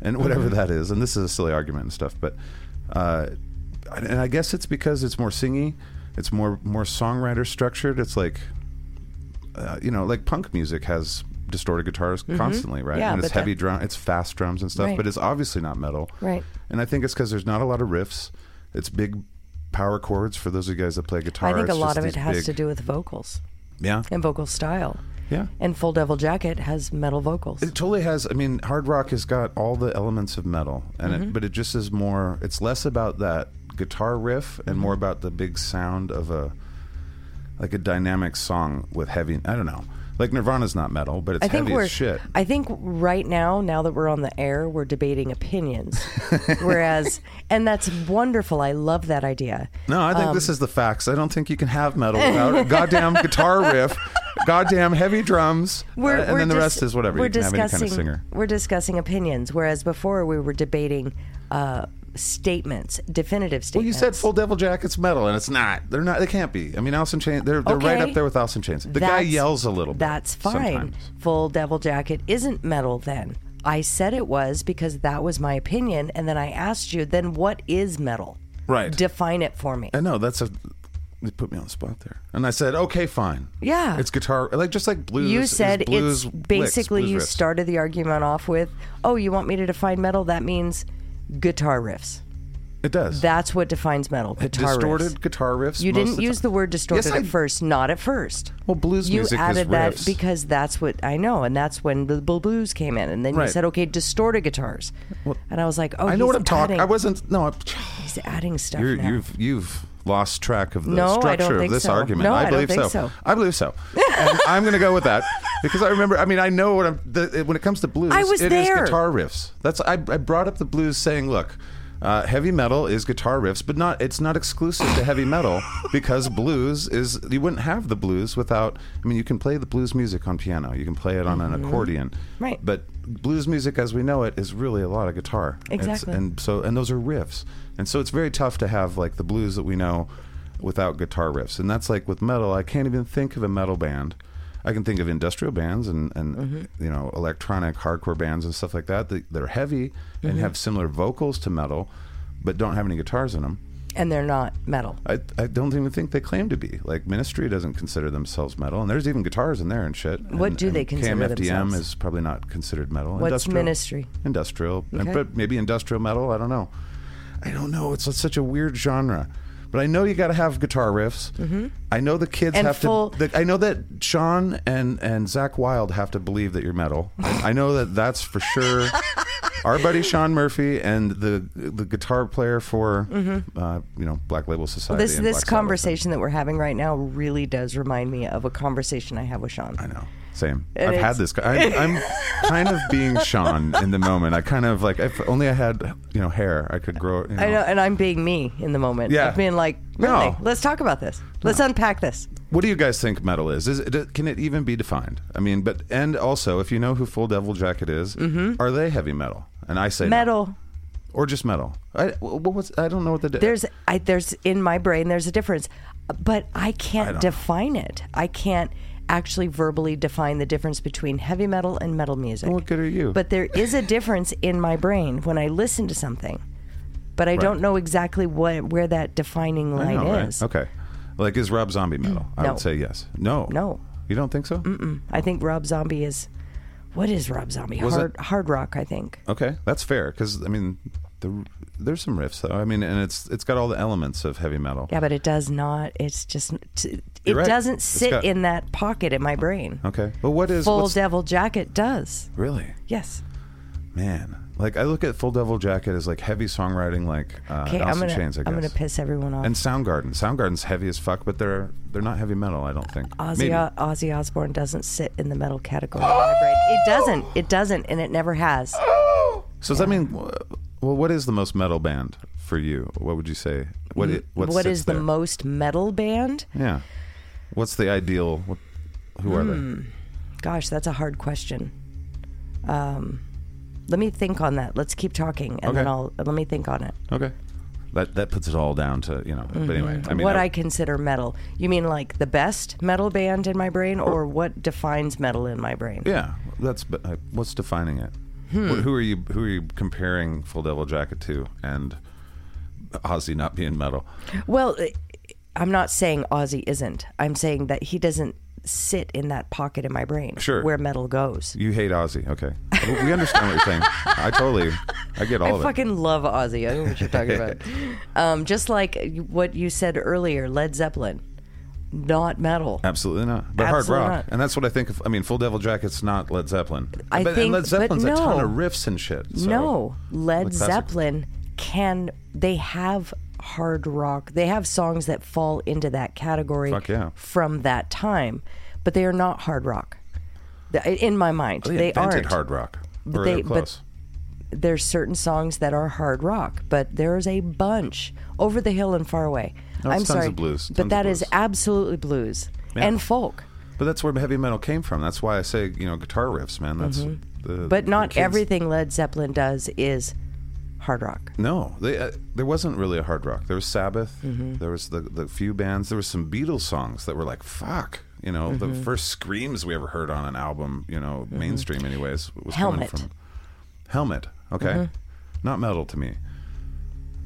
A: and
D: Mm-hmm.
A: whatever that is. And this is a silly argument and stuff, but, uh, and I guess it's because it's more singy, it's more more songwriter structured. It's like, uh, you know, like punk music has distorted guitars constantly, right?
D: Mm-hmm. Yeah,
A: and it's
D: but
A: heavy
D: that-
A: drum, it's fast drums and stuff,
D: Right.
A: but it's obviously not metal.
D: Right.
A: And I think it's because there's not a lot of riffs. It's big power chords for those of you guys that play guitar.
D: I think a
A: it's
D: lot
A: just
D: of it
A: these
D: has
A: big-
D: to do with vocals.
A: Yeah.
D: and vocal style.
A: Yeah.
D: And Full Devil Jacket has metal vocals.
A: It totally has. I mean, hard rock has got all the elements of metal, and
D: Mm-hmm.
A: it, but it just is more. It's less about that guitar riff
D: Mm-hmm.
A: and more about the big sound of a like a dynamic song with heavy. I don't know. Like Nirvana's not metal, but it's
D: I think
A: heavy
D: we're
A: as shit.
D: I think right now, now that we're on the air, we're debating opinions. Whereas, and that's wonderful. I love that idea.
A: No, I think
D: um,
A: this is the facts. I don't think you can have metal without a goddamn guitar riff, goddamn heavy drums,
D: We're,
A: uh, and
D: we're
A: then the
D: dis-
A: rest is whatever
D: We're
A: you can have any
D: discussing.
A: kind of singer.
D: We're discussing opinions. Whereas before, we were debating uh, statements, definitive statements.
A: Well, you said Full Devil Jacket's metal, and it's not. They're not. They can't be. I mean, Allison Chain. They're, they're right
D: Okay.
A: up there with Allison Chains. The guy
D: That's-
A: yells a little. bit
D: That's fine.
A: sometimes.
D: Full Devil Jacket isn't metal then. I said it was because that was my opinion, and then I asked you, then what is metal?
A: Right.
D: Define it for me.
A: I know that's a. They put me on the spot there, and I said, "Okay, fine."
D: Yeah.
A: It's guitar, like just like blues.
D: you
A: is
D: said
A: blues
D: it's
A: licks,
D: basically
A: blues
D: you
A: riffs.
D: started the argument off with, oh, you want me to define metal? That means guitar riffs.
A: It does.
D: That's what defines metal. Guitar
A: distorted
D: riffs.
A: guitar riffs.
D: You
A: most of
D: didn't
A: the
D: use
A: time.
D: the word distorted
A: Yes, I-
D: at first, not at first.
A: Well, blues
D: you
A: music
D: added
A: is
D: that
A: riffs.
D: because that's what I know, and that's when the bl- blues came in, and then
A: Right.
D: you said, "Okay, distorted guitars," and I was like, "Oh,
A: I know
D: he's
A: what I'm talking.
D: adding-
A: I wasn't. No, I'm,
D: He's adding stuff
A: you're,
D: now.
A: you've you've lost track of the
D: No, I
A: structure
D: don't
A: of
D: think
A: this
D: so.
A: argument.
D: No, I
A: I
D: don't
A: believe
D: think
A: so.
D: so.
A: I believe so. and I'm going to go with that because I remember. I mean, I know what I'm. The, when it comes to blues,
D: I was
A: it is
D: there.
A: guitar riffs. That's I, I brought up the blues, saying, look. Uh, heavy metal is guitar riffs, but not it's not exclusive to heavy metal because blues is you wouldn't have the blues without. I mean, you can play the blues music on piano, you can play it on an accordion,
D: Mm-hmm. Right.
A: But blues music, as we know it, is really a lot of guitar. It's-
D: Exactly.
A: and so and those are riffs and so it's very tough to have like the blues that we know without guitar riffs and that's like with metal i can't even think of a metal band i can think of industrial bands and, and you know electronic hardcore bands and stuff like that that they're heavy and have similar vocals to metal but don't have any guitars in them
D: and they're not metal.
A: I, I don't even think they claim to be like ministry doesn't consider themselves metal and there's even guitars in there and shit
D: What
A: And-
D: do they
A: and
D: consider
A: KMFDM
D: themselves?
A: is probably not considered metal
D: What's ministry?
A: industrial, and-
D: Okay.
A: but maybe industrial metal. I don't know. I don't know. It's such a weird genre. But I know you got to have guitar riffs. Mm-hmm. I know the kids
D: And
A: have
D: full-
A: to. The, I know that Sean and and Zach Wild have to believe that you're metal. I know that that's for sure. Our buddy Sean Murphy and the the guitar player for
D: Mm-hmm.
A: uh, you know Black Label Society.
D: This
A: and Black
D: this
A: Sabbath.
D: conversation that we're having right now really does remind me of a conversation I have with Sean.
A: I know. Same.
D: And
A: I've had
D: it's-
A: this. I, I'm kind of being Sean in the moment. I kind of like. If only I had, you know, hair, I could grow. it, You know.
D: I know, and I'm being me in the moment.
A: Yeah.
D: Of being like,
A: No.
D: really? Let's talk about this. Let's unpack this.
A: What do you guys think metal is? Is it, can it even be defined? I mean, but and also, if you know who Full Devil Jacket is, are they heavy metal? And I say no.
D: Mm-hmm. Metal.
A: or just metal. I what was I don't know what the
D: There's I there's in my brain there's a difference, but I can't define it. I can't actually verbally define the difference between heavy metal and metal music.
A: What good are you?
D: But there is a difference in my brain when I listen to something. But I don't know exactly what where that defining
A: I
D: line
A: know, right?
D: is.
A: Okay, like is Rob Zombie metal? I
D: No.
A: would say yes. No,
D: No.
A: You don't think so?
D: I think Rob Zombie is what is Rob Zombie?
A: Was
D: hard
A: it-
D: hard rock, I think.
A: Okay, that's fair because I mean, the, there's some riffs though. I mean, and it's it's got all the elements of heavy metal.
D: Yeah, but it does not. It's just it
A: You're right.
D: doesn't
A: It's
D: sit
A: got-
D: in that pocket in my brain.
A: Okay, but what is
D: Full
A: what's-
D: Devil Jacket does.
A: really?
D: Yes.
A: Man, like I look at Full Devil Jacket as like heavy songwriting, like uh,
D: Okay, I'm
A: Allison
D: gonna
A: Chains. I guess.
D: I'm gonna piss everyone off.
A: And Soundgarden. Soundgarden's heavy as fuck, but they're they're not heavy metal. I don't think.
D: Ozzy, uh,
A: Maybe.
D: Ozzy Osbourne doesn't sit in the metal category. in my brain. It doesn't. It doesn't, and it never has.
A: So does that mean? Well, what is the most metal band for you? What would you say? What i- what,
D: what
A: sits
D: is
A: there?
D: the most metal band?
A: Yeah. What's the ideal? What, who are
D: Hmm.
A: they?
D: Gosh, that's a hard question. Um, let me think on that. Let's keep talking, and then
A: Okay.
D: I'll let me think on it.
A: Okay. That that puts it all down to you know. But anyway, I mean,
D: Mm-hmm. what
A: I-
D: I consider metal. You mean like the best metal band in my brain, or what defines metal in my brain?
A: yeah, that's but, uh, what's defining it.
D: Hmm.
A: Wh- who are you? Who are you comparing Full Devil Jacket to? And Ozzy not being metal.
D: Well, I- I'm not saying Ozzy isn't. I'm saying that he doesn't sit in that pocket in my brain
A: Sure.
D: where metal goes.
A: You hate Ozzy, okay? We we understand what you're saying. I totally, I get all
D: I
A: of it.
D: fucking love Ozzy. I know what you're talking about. Um, just like you- what you said earlier, Led Zeppelin. not metal.
A: Absolutely not. They're
D: Absolutely
A: hard rock,
D: not.
A: and that's what I think. of I mean, Full Devil Jacket's not Led Zeppelin.
D: I
A: but,
D: think-
A: and Led
D: but
A: Zeppelin's a ton
D: no.
A: of riffs and shit. so-
D: no, Led
A: Like classic-
D: Zeppelin can they have hard rock. They have songs that fall into that category
A: Fuck yeah.
D: from that time, but they are not hard rock. The- In my mind,
A: They,
D: they
A: Oh, invented
D: aren't.
A: hard rock.
D: But
A: Or
D: they-
A: they're
D: but-
A: close.
D: There's certain songs that are hard rock, but there's a bunch over the hill and far away.
A: No, it's
D: I'm
A: tons
D: sorry,
A: of blues, tons
D: but
A: of
D: that is
A: blues.
D: absolutely blues
A: Yeah.
D: and folk.
A: But, that's where heavy metal came from. That's why I say you know guitar riffs, man. That's the,
D: Mm-hmm. But
A: the
D: not
A: kids-
D: everything Led Zeppelin does is hard rock.
A: No, they, uh, there wasn't really a hard rock. There was Sabbath.
D: Mm-hmm.
A: There was the the few bands. There was some Beatles songs that were like fuck. You know,
D: Mm-hmm.
A: the first screams we ever heard on an album. You know, mainstream anyways. Was
D: Helmet. Mm-hmm.
A: Coming from Helmet. Okay, not metal to me.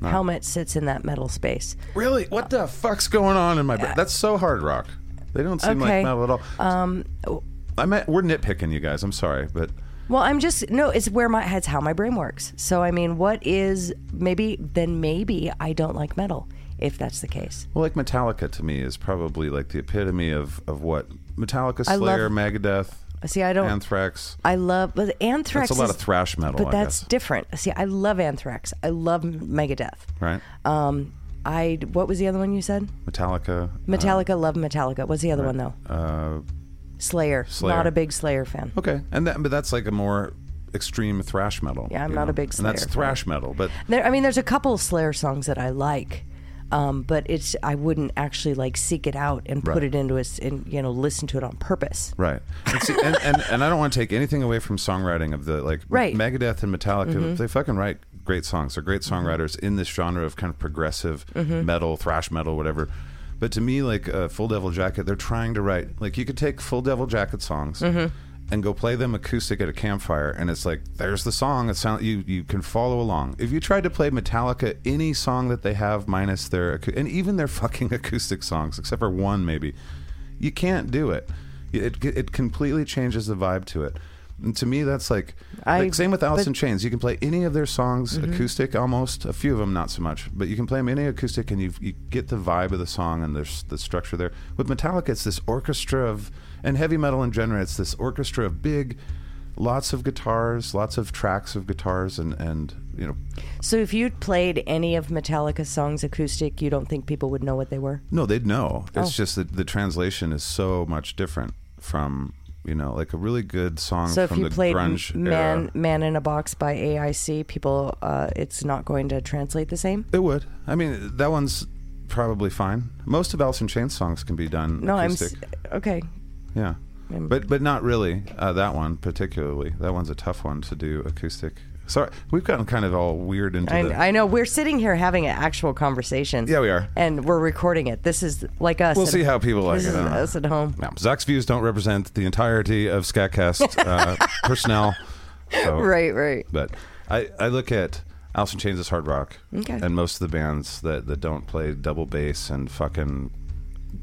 D: Helmet sits in that metal space.
A: Really? What the fuck's going on in my brain? That's so hard rock. They don't seem
D: Okay.
A: like metal at all. Um, I meant we're nitpicking you guys. I'm sorry, but
D: Well, I'm just no. It's where my it's how my brain works. So I mean, what is maybe then maybe I don't like metal if that's the case.
A: well, like Metallica to me is probably like the epitome of of what Metallica,
D: I love-
A: Slayer, Megadeth,
D: See, I don't.
A: Anthrax.
D: I love but Anthrax.
A: That's a lot
D: is-
A: of thrash metal.
D: but
A: I
D: that's
A: guess.
D: different. See, I love Anthrax. I love Megadeth.
A: right.
D: Um, I what was the other one you said?
A: Metallica.
D: Metallica. love Metallica. What's the other one though?
A: Uh,
D: Slayer.
A: Slayer.
D: Not a big Slayer fan.
A: okay, and that, but that's like a more extreme thrash metal.
D: Yeah, I'm
A: you
D: not
A: know?
D: a big
A: And that's
D: Slayer fan.
A: thrash metal, but
D: There, I mean, there's a couple Slayer songs that I like, um, but it's I wouldn't actually like seek it out and put
A: Right.
D: it into a s and you know listen to it on purpose.
A: Right. And, see, and, and, and I don't want to take anything away from songwriting of the like
D: Right.
A: Megadeth and Metallica. They fucking write great songs. They're great songwriters in this genre of kind of progressive metal, thrash metal, whatever. But to me, like uh, Full Devil Jacket, they're trying to write like you could take Full Devil Jacket songs. And go play them acoustic at a campfire, and it's like there's the song. It sound you you can follow along. If you tried to play Metallica, any song that they have, minus their acou- and even their fucking acoustic songs, except for one maybe, you can't do it. It it completely changes the vibe to it. And to me, that's like,
D: I-
A: like same with Alice
D: but- Mm-hmm.
A: in Chains. You can play any of their songs acoustic, almost a few of them not so much, but you can play them any acoustic, and you you get the vibe of the song and there's the structure there. With Metallica, it's this orchestra of and heavy metal in general. It's this orchestra of big, lots of guitars, lots of tracks of guitars, and and you know,
D: So if you'd played any of Metallica's songs acoustic, you don't think people would know what they were?
A: No, they'd know. It's
D: Oh.
A: just that the translation is so much different from you know, like a really good song
D: So if
A: from
D: you
A: the
D: played
A: grunge
D: M-
A: era.
D: "Man Man in a Box" by AIC, people, uh, it's not going to translate the same.
A: It would. I mean, that one's probably fine. Most of Alice in Chains songs can be done.
D: No,
A: acoustic.
D: I'm s- okay.
A: Yeah,
D: I'm-
A: but but not really. Uh, that one particularly. That one's a tough one to do acoustic. Sorry, we've gotten kind of all weird into
D: I,
A: the.
D: I know we're sitting here having an actual conversation.
A: Yeah, we are.
D: and we're recording it. This is like us.
A: We'll
D: at-
A: see how people like
D: this
A: it.
D: is
A: I don't know.
D: us at home.
A: No, Zach's views don't represent the entirety of Scatcast uh, personnel. So-
D: Right, right.
A: But I, I look at Alice in Chains as hard rock,
D: Okay.
A: and most of the bands that, that don't play double bass and fucking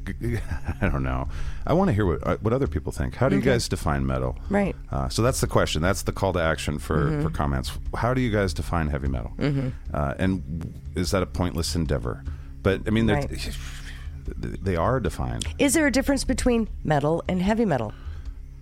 A: I don't know. I want to hear what uh, what other people think. How do you guys define metal?
D: Right. Mm-hmm.
A: Uh, so that's the question. That's the call to action for, for comments. How do you guys define heavy metal? Uh, and is that a pointless endeavor? But I mean, they're
D: Right.
A: they are defined.
D: Is there a difference between metal and heavy metal?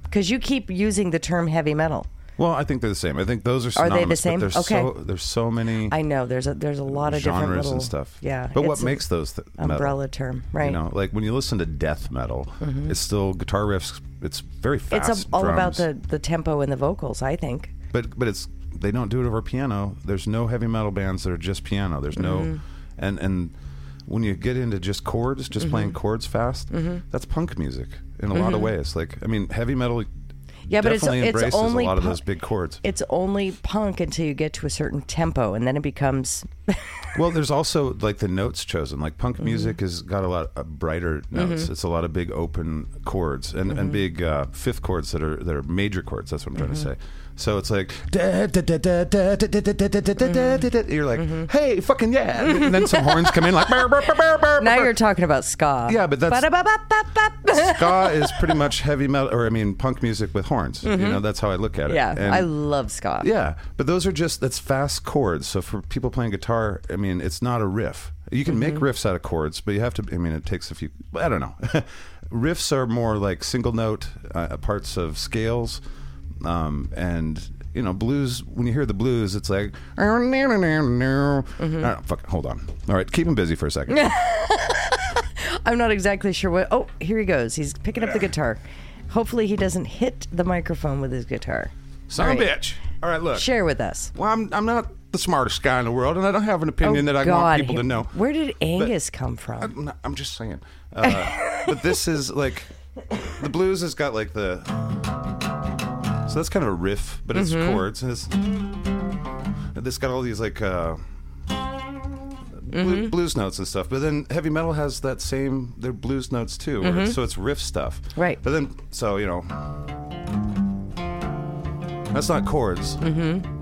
D: Because you keep using the term heavy metal.
A: Well, I think they're the same. I think those are
D: Are
A: synonymous.
D: they
A: but
D: the same?
A: There's
D: Okay.
A: So, there's so many.
D: I know there's a there's a lot of different
A: genres
D: little,
A: and stuff.
D: Yeah,
A: But what
D: it's a
A: makes those th- metal?
D: umbrella term, right? Mm-hmm.
A: You know, like when you listen to death metal, it's still guitar riffs. It's very fast.
D: it's a, all about
A: drums,
D: the the tempo and the vocals. I think.
A: But but it's they don't do it over piano. There's no heavy metal bands that are just piano. There's no,
D: Mm-hmm.
A: and and when you get into just chords, just
D: Mm-hmm.
A: playing chords fast, that's punk music in a lot of ways. Like I mean, heavy metal.
D: Yeah, but it's-
A: definitely
D: it's
A: embraces
D: only
A: a lot of
D: pu-
A: those big chords.
D: It's only punk until you get to a certain tempo, and then it becomes
A: Well, there's also like the notes chosen. Like punk
D: Mm-hmm.
A: music has got a lot of brighter notes. It's a lot of big open chords and,
D: Mm-hmm.
A: and big uh, fifth chords that are that are major chords. That's what I'm trying to say. So it's like da, da, da,
D: Mm-hmm.
A: da, da, da, da, da, da, da, da, da, da, da. you're like, hey, fucking yeah, and then some horns come in like. "Burr, burr, burr, burr, burr,
D: now
A: burr."
D: you're talking about ska.
A: Yeah, but that's-
D: Ba-da-ba-ba-ba-ba.
A: ska is pretty much heavy metal, or I mean, punk music with horns. You know, that's how I look at it.
D: Mm-hmm. yeah.
A: And-
D: I love ska.
A: Yeah, but those are just that's fast chords. So for people playing guitar, I mean, it's not a riff. You can
D: Mm-hmm.
A: make riffs out of chords, but you have to. I mean, it takes a few. I don't know. riffs are more like single note uh, parts of scales, um, and you know, blues. When you hear the blues, it's like.
D: Mm-hmm.
A: I don't- fuck, hold on. All right, keep him busy for a second.
D: I'm not exactly sure what. Oh, here he goes. He's picking up the guitar. Hopefully, he doesn't hit the microphone with his guitar.
A: Son of a
D: All right.
A: bitch. All right, look.
D: Share with us.
A: Well, I'm, I'm not the smartest guy in the world, and I don't have an opinion
D: oh,
A: that I
D: God.
A: want people
D: Here-
A: to know.
D: Where did Angus come from?
A: I'm, not- I'm just saying. Uh, but this is like the blues has got like the. So that's kind of a riff, but it's chords and it's. and It's got all these like uh, blu- blues notes and stuff, but then heavy metal has that same. They're blues notes too, where it's- so it's riff stuff.
D: Right.
A: But then, so you know, that's not chords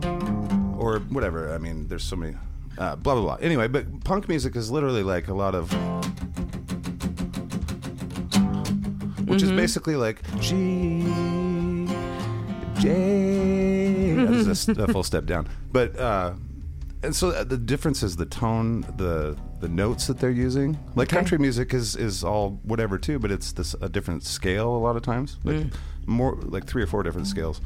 A: or whatever. I mean, there's so many. Uh, blah blah blah. Anyway, but punk music is literally like a lot of, which is basically like G J. That is a s- a, full step down, but uh, and so uh, the difference is the tone, the the notes that they're using. Like country music is is all whatever too, but it's this a different scale a lot of times, like more like three or four different scales.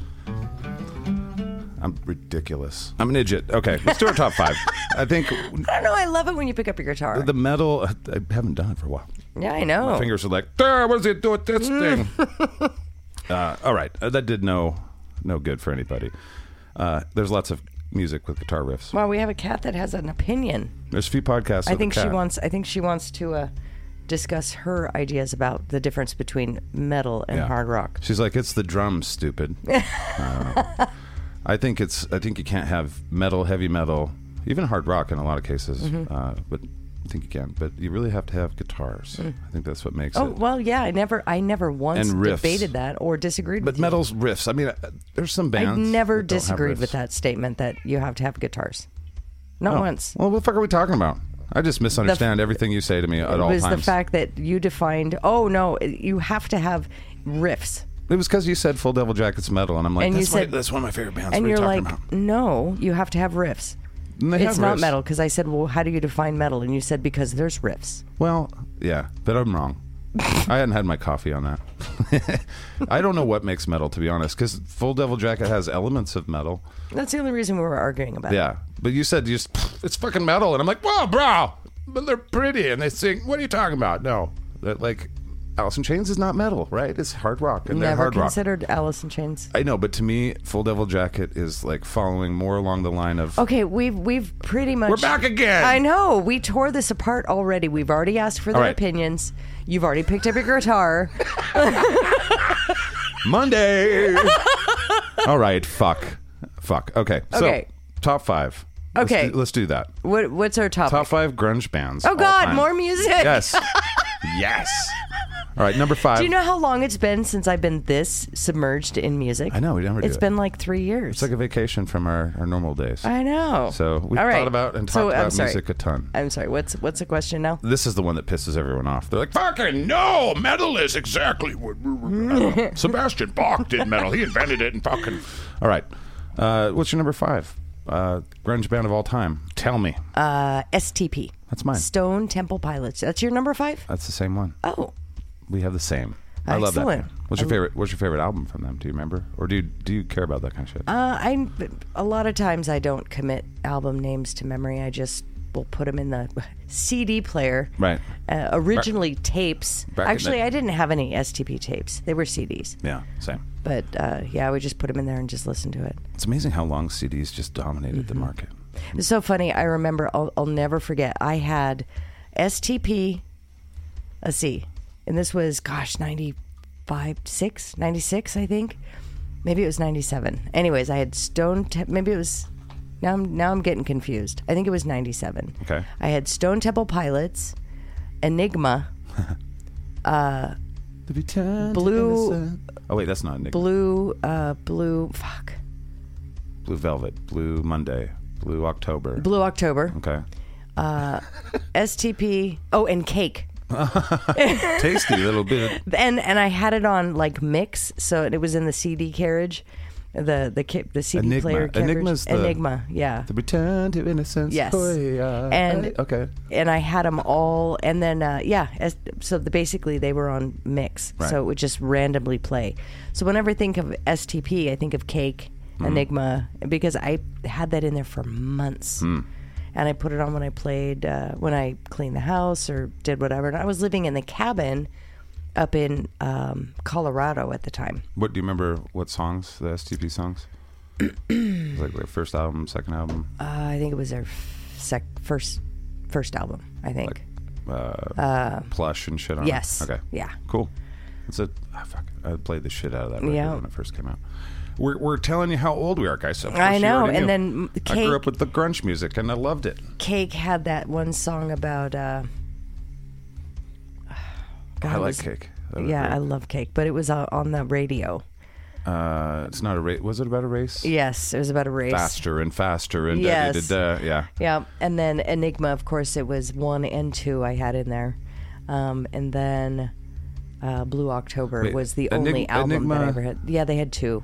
A: I'm ridiculous. I'm an idiot. Okay, let's do our top five. I think
D: I don't know. I love it when you pick up your guitar.
A: the metal. I haven't done it for a while.
D: yeah, I know.
A: Fingers are like, "There, what does it do with this
D: Mm.
A: thing? uh, all right, uh, that did no no good for anybody. Uh, there's lots of music with guitar riffs.
D: Well, we have a cat that has an opinion.
A: There's a few podcasts.
D: I
A: with a
D: think she
A: cat.
D: wants. I think she wants to uh, discuss her ideas about the difference between metal and
A: Yeah.
D: hard rock.
A: She's like, it's the drums, stupid. Uh, I think it's. I think you can't have metal, heavy metal, even hard rock in a lot of cases.
D: Mm-hmm.
A: Uh, but I think you can. But you really have to have guitars. I think that's what makes
D: Oh
A: it.
D: well, yeah. I never. I never once
A: And riffs.
D: debated that or disagreed
A: But
D: with.
A: metal's riffs. I mean, uh, there's some
D: you. I
A: bands.
D: never
A: that don't have
D: disagreed
A: riffs.
D: with that statement that you have to have guitars. Not
A: Oh.
D: once.
A: Well, what the fuck are we talking about? I just misunderstand everything you say to me at
D: it
A: all
D: was
A: times.
D: the fact that you defined. Oh no, you have to have riffs,
A: it was because you said Full Devil Jackets metal, and I'm like,
D: And you
A: that's, my,
D: said-
A: that's one of my favorite bands.
D: and
A: what are
D: you're
A: you
D: like,
A: talking about?
D: no, you have to have riffs.
A: And they
D: It's
A: have
D: not
A: riffs.
D: metal because I said, well, how do you define metal? And you said because there's riffs.
A: Well, yeah, but I'm wrong. I hadn't had my coffee on that. I don't know what makes metal, to be honest, because Full Devil Jacket has elements of metal.
D: That's the only reason we were arguing about. it.
A: Yeah, but you said just "Pfft, it's fucking metal, and I'm like, wow, bro, but they're pretty and they sing. What are you talking about? No, That, like, Alice in Chains is not metal, right? It's hard rock, and they're
D: Never
A: hard rock.
D: considered Alice in Chains.
A: I know, but to me, Full Devil Jacket is like following more along the line of
D: Okay, we've we've pretty much
A: We're back again.
D: I know we tore this apart already. We've already asked for their
A: right.
D: opinions. You've already picked up your guitar.
A: Monday. All right, fuck, fuck. Okay, so
D: Okay.
A: top five. Let's
D: Okay.
A: do- let's do that.
D: What what's our topic?
A: Top five grunge bands.
D: oh
A: all
D: God,
A: time.
D: more music.
A: Yes, yes. All right, number five.
D: Do you know how long it's been since I've been this submerged in music?
A: I know, we never do
D: It's
A: it.
D: been like three years.
A: it's like a vacation from our, our normal days.
D: I know.
A: So we
D: All
A: have
D: right.
A: thought about and talked
D: So, I'm
A: about
D: sorry.
A: music a ton.
D: I'm sorry. What's what's the question now?
A: This is the one that pisses everyone off. They're like,
B: Fucking no! Metal is exactly what. Sebastian Bach did metal. He invented it and fucking.
A: all right, uh, what's your number five uh, grunge band of all time? Tell me.
D: Uh, STP.
A: That's mine. Uh,
D: Stone Temple Pilots. That's your number five.
A: That's the same one.
D: Oh,
A: We have the same. I love that.
D: Excellent.
A: band. What's your favorite? What's your favorite album from them? Do you remember, or do you, do you care about that kind of shit?
D: Uh, I a lot of times I don't commit album names to memory. I just will put them in the CD player.
A: Right.
D: Uh, originally tapes.
A: Back in
D: Actually,
A: the-
D: I didn't have any STP tapes. They were CDs.
A: yeah, same.
D: But uh, yeah, I would just put them in there and just listen to it.
A: It's amazing how long CDs just dominated
D: Mm-hmm.
A: the market.
D: It's so funny. I remember. I'll, I'll never forget. I had STP, a C, and this was gosh ninety five, six, ninety six, I think. Maybe it was ninety seven. Anyways, I had Stone. Te- maybe it was. Now I'm now I'm getting confused. I think it was ninety seven.
A: Okay.
D: I had Stone Temple Pilots, Enigma, Blue-
A: Oh wait, that's not Nick. Blue,
D: Blue, uh, Blue. Fuck.
A: Velvet, Blue Monday, Blue October.
D: Blue October.
A: okay.
D: STP. Oh, and Cake.
A: Tasty little bit.
D: and and I had it on like mix, so it was in the CD carriage, the the ki- the CD
A: Enigma.
D: player coverage.
A: Enigma's the-
D: Enigma, yeah.
A: The return to innocence.
D: Yes.
A: Hoy, uh,
D: And-
A: hey. okay.
D: and I had them all, and then uh, yeah, as, so the, basically they were on mix,
A: Right.
D: so it would just randomly play. So whenever I think of STP, I think of Cake,
A: Hmm.
D: Enigma, because I had that in there for months,
A: Hmm.
D: and I put it on when I played, uh, when I cleaned the house or did whatever. And I was living in the cabin up in um, Colorado at the time.
A: What do you remember? What songs? The STP songs. It was like their first album, second album,
D: Uh, I think it was their f- sec- first first album. I think
A: uh, plush and shit on it?
D: yes.
A: Okay.
D: Yeah.
A: Cool. It's a ah, fuck. I played the shit out of that record
D: Yeah.
A: when it first came out. We're, we're telling you how old we are, guys. So of
D: I
A: course you
D: know,
A: already
D: and
A: knew.
D: then
A: I
D: Kate-
A: grew up with the grunge music, and I loved it.
D: Cake had that one song about. Uh,
A: I
D: God, it
A: like
D: was-
A: Cake. Mm-hmm. That was
D: Yeah, I
A: great.
D: love Cake, but it was uh, on the radio.
A: uh, it's not a race. Was it about a race?
D: Yes, it was about a race.
A: Faster and faster and da-
D: Yes.
A: da- da- da. yeah.
D: Yeah, and then Enigma, of course, it was one and two I had in there, um, and then uh, Blue October
A: Wait,
D: was the
A: Enig-
D: only album that I
A: Enigma-
D: ever had. Yeah, they had two,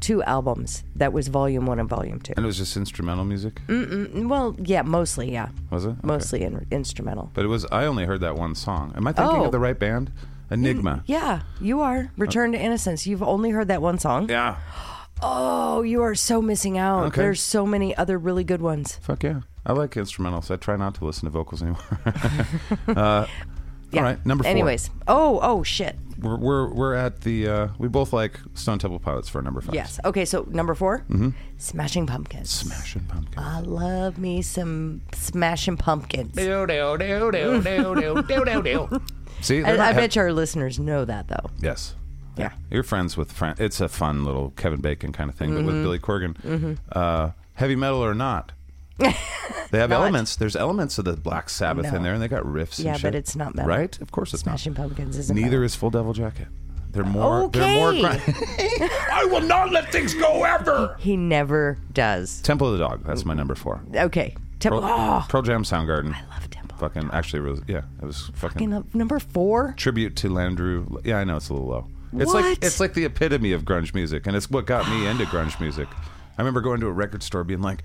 D: two albums. That was Volume One and Volume Two.
A: And it was just instrumental music,
D: Mm. Well, yeah, mostly, yeah,
A: was it? Okay.
D: mostly in- instrumental.
A: But it was. I only heard that one song. Am I thinking
D: Oh. Mm,
A: of the right band? Enigma.
D: Yeah, you are Return to Innocence. You've only heard that one song.
A: yeah.
D: Oh, you are so missing out.
A: Okay.
D: There's so many other really good ones.
A: Fuck yeah. I like instrumentals. I try not to listen to vocals anymore. Uh,
D: Yeah.
A: right, number four.
D: Anyways, oh, oh shit.
A: we're, we're we're at the. Uh, we both like Stone Temple Pilots for number five.
D: Yes. Okay, so number 4
A: Mm-hmm.
D: Smashing Pumpkins.
A: Smashing Pumpkins.
D: I love me some Smashing Pumpkins. I,
A: See, they're not
D: I
A: hip-
D: bet your listeners know that though.
A: Yes.
D: Yeah.
A: You're friends with friend. It's a fun little Kevin Bacon kind of thing, but
D: Mm-hmm.
A: with Billy Corgan. Uh, heavy metal or not, they have elements. There's elements of the Black Sabbath
D: No.
A: in there, and they got riffs. and
D: Yeah, but
A: shit.
D: it's not metal.
A: right? Of course, it's
D: Smashing
A: not.
D: Pumpkins isn't
A: Neither
D: metal.
A: is Full Devil Jacket. They're more. They're more.
D: Okay.
A: Cri-
B: I will not let things go ever.
D: He never does.
A: Temple of the Dog. That's my number four.
D: Okay. Temple. Oh,
A: Pearl Jam, Soundgarden.
D: I love Temple.
A: Fucking actually, was, yeah, it was fucking
D: Fucking up- number four.
A: tribute to Landru. Yeah, I know it's a little low. It's like
D: What?
A: it's like the epitome of grunge music, and it's what got me into grunge music. I remember going to a record store being like,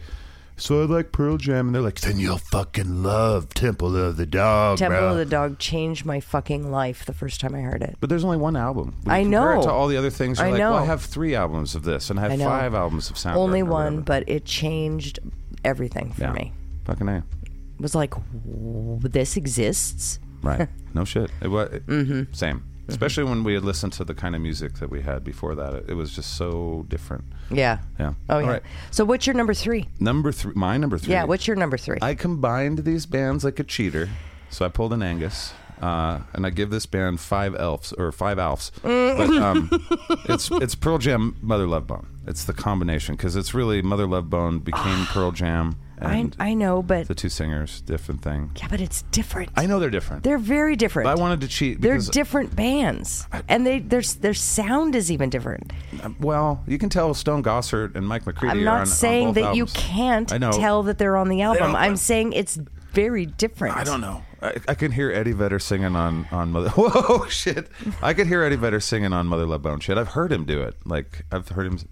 A: "So I like Pearl Jam," and they're like, "Then you'll fucking love Temple of the Dog,
D: Temple
A: bro."
D: of the Dog changed my fucking life the first time I heard it.
A: but there's only one album. When
D: I
A: you compare
D: know.
A: It to all the other things, you're
D: I
A: like, "Well,
D: know.
A: I have three albums of this, and I have
D: I know.
A: five albums of Soundgarden."
D: Only
A: or
D: one,
A: whatever."
D: but it changed everything for
A: Yeah.
D: me.
A: Fucking a.
D: It was like, "W- this exists.
A: Right. no shit. It was
D: Mm-hmm.
A: same. Especially when we had listened to the kind of music that we had before that, it, it was just so different.
D: Yeah.
A: Yeah.
D: Oh
A: All
D: yeah.
A: right.
D: So what's your number three?
A: Number three, my number three.
D: Yeah. What's your number three?
A: I combined these bands like a cheater, so I pulled an Angus, uh, and I give this band five elfs or five alfs. but um, it's it's Pearl Jam, Mother Love Bone. It's the combination because it's really Mother Love Bone became Pearl Jam,
D: I,
A: and
D: I know, but
A: the two singers, different thing.
D: yeah, but it's different.
A: I know they're different.
D: They're very different.
A: but I wanted to cheat.
D: They're
A: because-
D: different bands, and they their their sound is even different.
A: Well, you can tell Stone Gossard and Mike McCready.
D: I'm
A: are
D: not
A: on- on
D: saying
A: both
D: that you
A: albums.
D: can't
A: I know.
D: tell that they're on the album.
A: don't-
D: I'm saying it's very different.
A: I don't know. I, I can hear Eddie Vedder singing on on Mother. Whoa, shit! I could hear Eddie Vedder singing on Mother Love Bone. Shit, I've heard him do it. Like I've heard him. s-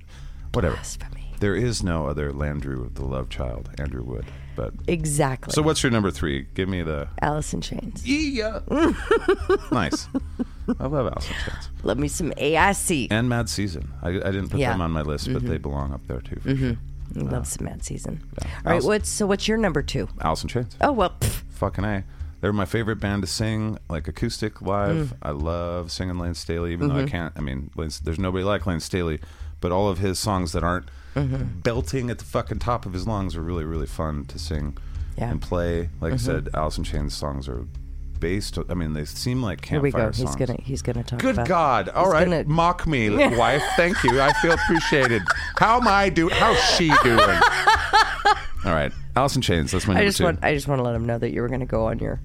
A: Whatever.
D: Blasphemy.
A: There is no other Landrew, the Love Child, Andrew Wood. But
D: Exactly.
A: so, what's your number three? Give me the
D: Alice in Chains.
A: yeah. nice. I love Alice in Chains
D: Love me some AIC.
A: and Mad Season. I, I didn't put
D: Yeah.
A: them on my list, but they belong up there too. For sure.
D: Love some Mad Season. All right.
A: Alice-
D: What's so? What's your number two?
A: Alice in Chains.
D: Oh well. Pff,
A: fucking a. They're my favorite band to sing like acoustic
D: Mm.
A: live. I love singing Lane Staley, even
D: Mm-hmm.
A: though I can't. I mean, Lane, there's nobody like Lane Staley, but all of his songs that aren't
D: Mm-hmm.
A: belting at the fucking top of his lungs are really, really fun to sing
D: Yeah. Mm-hmm.
A: and play. Like I said, Alice in Chains songs are based. I mean, they seem like
D: here we
A: campfire
D: go.
A: songs.
D: He's gonna he's gonna talk.
A: Good
D: about
A: God! All
D: he's
A: right,
D: gonna-
A: mock me, wife. Thank you. I feel appreciated. How am I doing? How's she doing? all right, Alice in Chains. That's my
D: I
A: number
D: just
A: two.
D: want I just want to let him know that you were gonna go on your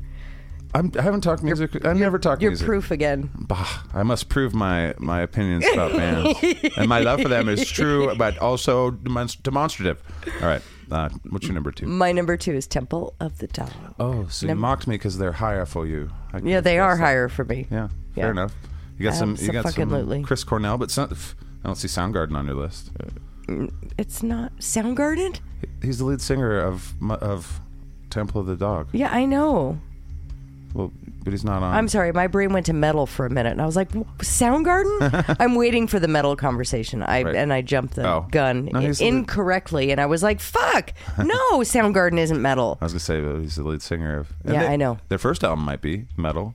A: I'm, I haven't talked music. I never talk
D: your
A: music.
D: proof again.
A: Bah, I must prove my my opinions about bands, and my love for them is true, but also demonst- demonstrative. All right, uh, what's your number two?
D: My number two is Temple of the Dog.
A: Oh, so you mocked me because they're higher for you. I
D: Yeah,
A: guess
D: they are
A: that's-
D: higher for me.
A: Yeah, fair
D: Yeah.
A: enough. You got some. You got some
D: Absolutely.
A: Chris Cornell, but some, f- I don't see Soundgarden on your list.
D: It's not Soundgarden.
A: He's the lead singer of Mu- of Temple of the Dog.
D: Yeah, I know.
A: Well, but he's not on.
D: I'm sorry, my brain went to metal for a minute, and I was like, "W- Soundgarden. I'm waiting for the metal conversation. I
A: Right.
D: and I jumped the
A: Oh.
D: gun
A: No,
D: i-
A: he's the-
D: incorrectly, and I was like, "Fuck, no, Soundgarden isn't metal."
A: I was gonna say but he's the lead singer of. and
D: Yeah,
A: they-
D: I know.
A: Their first album might be metal.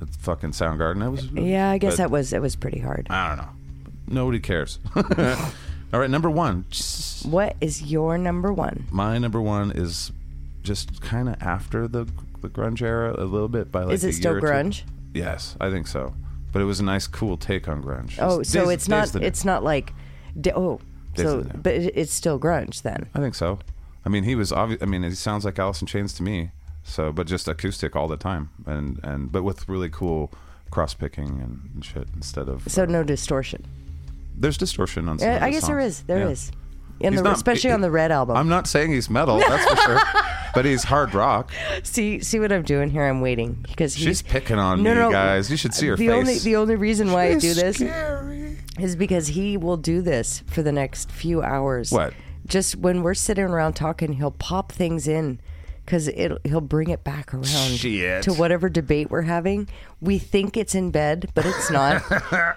A: It's fucking Soundgarden. That was.
D: Yeah, I guess
A: but
D: that was it was pretty hard.
A: I don't know. Nobody cares. All right, number one.
D: What is your number one?
A: My number one is just kind of after the the grunge era a little bit by like.
D: Is
A: a
D: it still
A: year or two.
D: grunge?
A: Yes, I think so. But it was a nice, cool take on grunge.
D: Oh,
A: It's
D: so
A: Days-
D: it's not
A: Days of the-
D: it's not like da- oh,
A: Days
D: so
A: of the Dead.
D: but it- it's still grunge then.
A: I think so. I mean, he was obvious. I mean, he sounds like Alice in Chains to me. So, but just acoustic all the time, and and but with really cool cross picking and, and shit instead of.
D: So no distortion.
A: there's distortion on. Some
D: Uh,
A: of
D: I
A: his
D: guess there
A: songs.
D: is. There
A: Yeah.
D: is. In
A: He's
D: the,
A: not-
D: especially
A: it-
D: on the Red album.
A: I'm not saying he's metal, that's for sure. But he's hard rock.
D: See, see what I'm doing here. I'm waiting because he-
A: She's picking on
D: no,
A: me,
D: no,
A: guys. You should see her
D: the
A: face.
D: only the only reason why I do this
A: Scary.
D: is because he will do this for the next few hours.
A: What?
D: Just when we're sitting around talking, he'll pop things in because it he'll bring it back around
A: Shit.
D: to whatever debate we're having. We think it's in bed, but it's not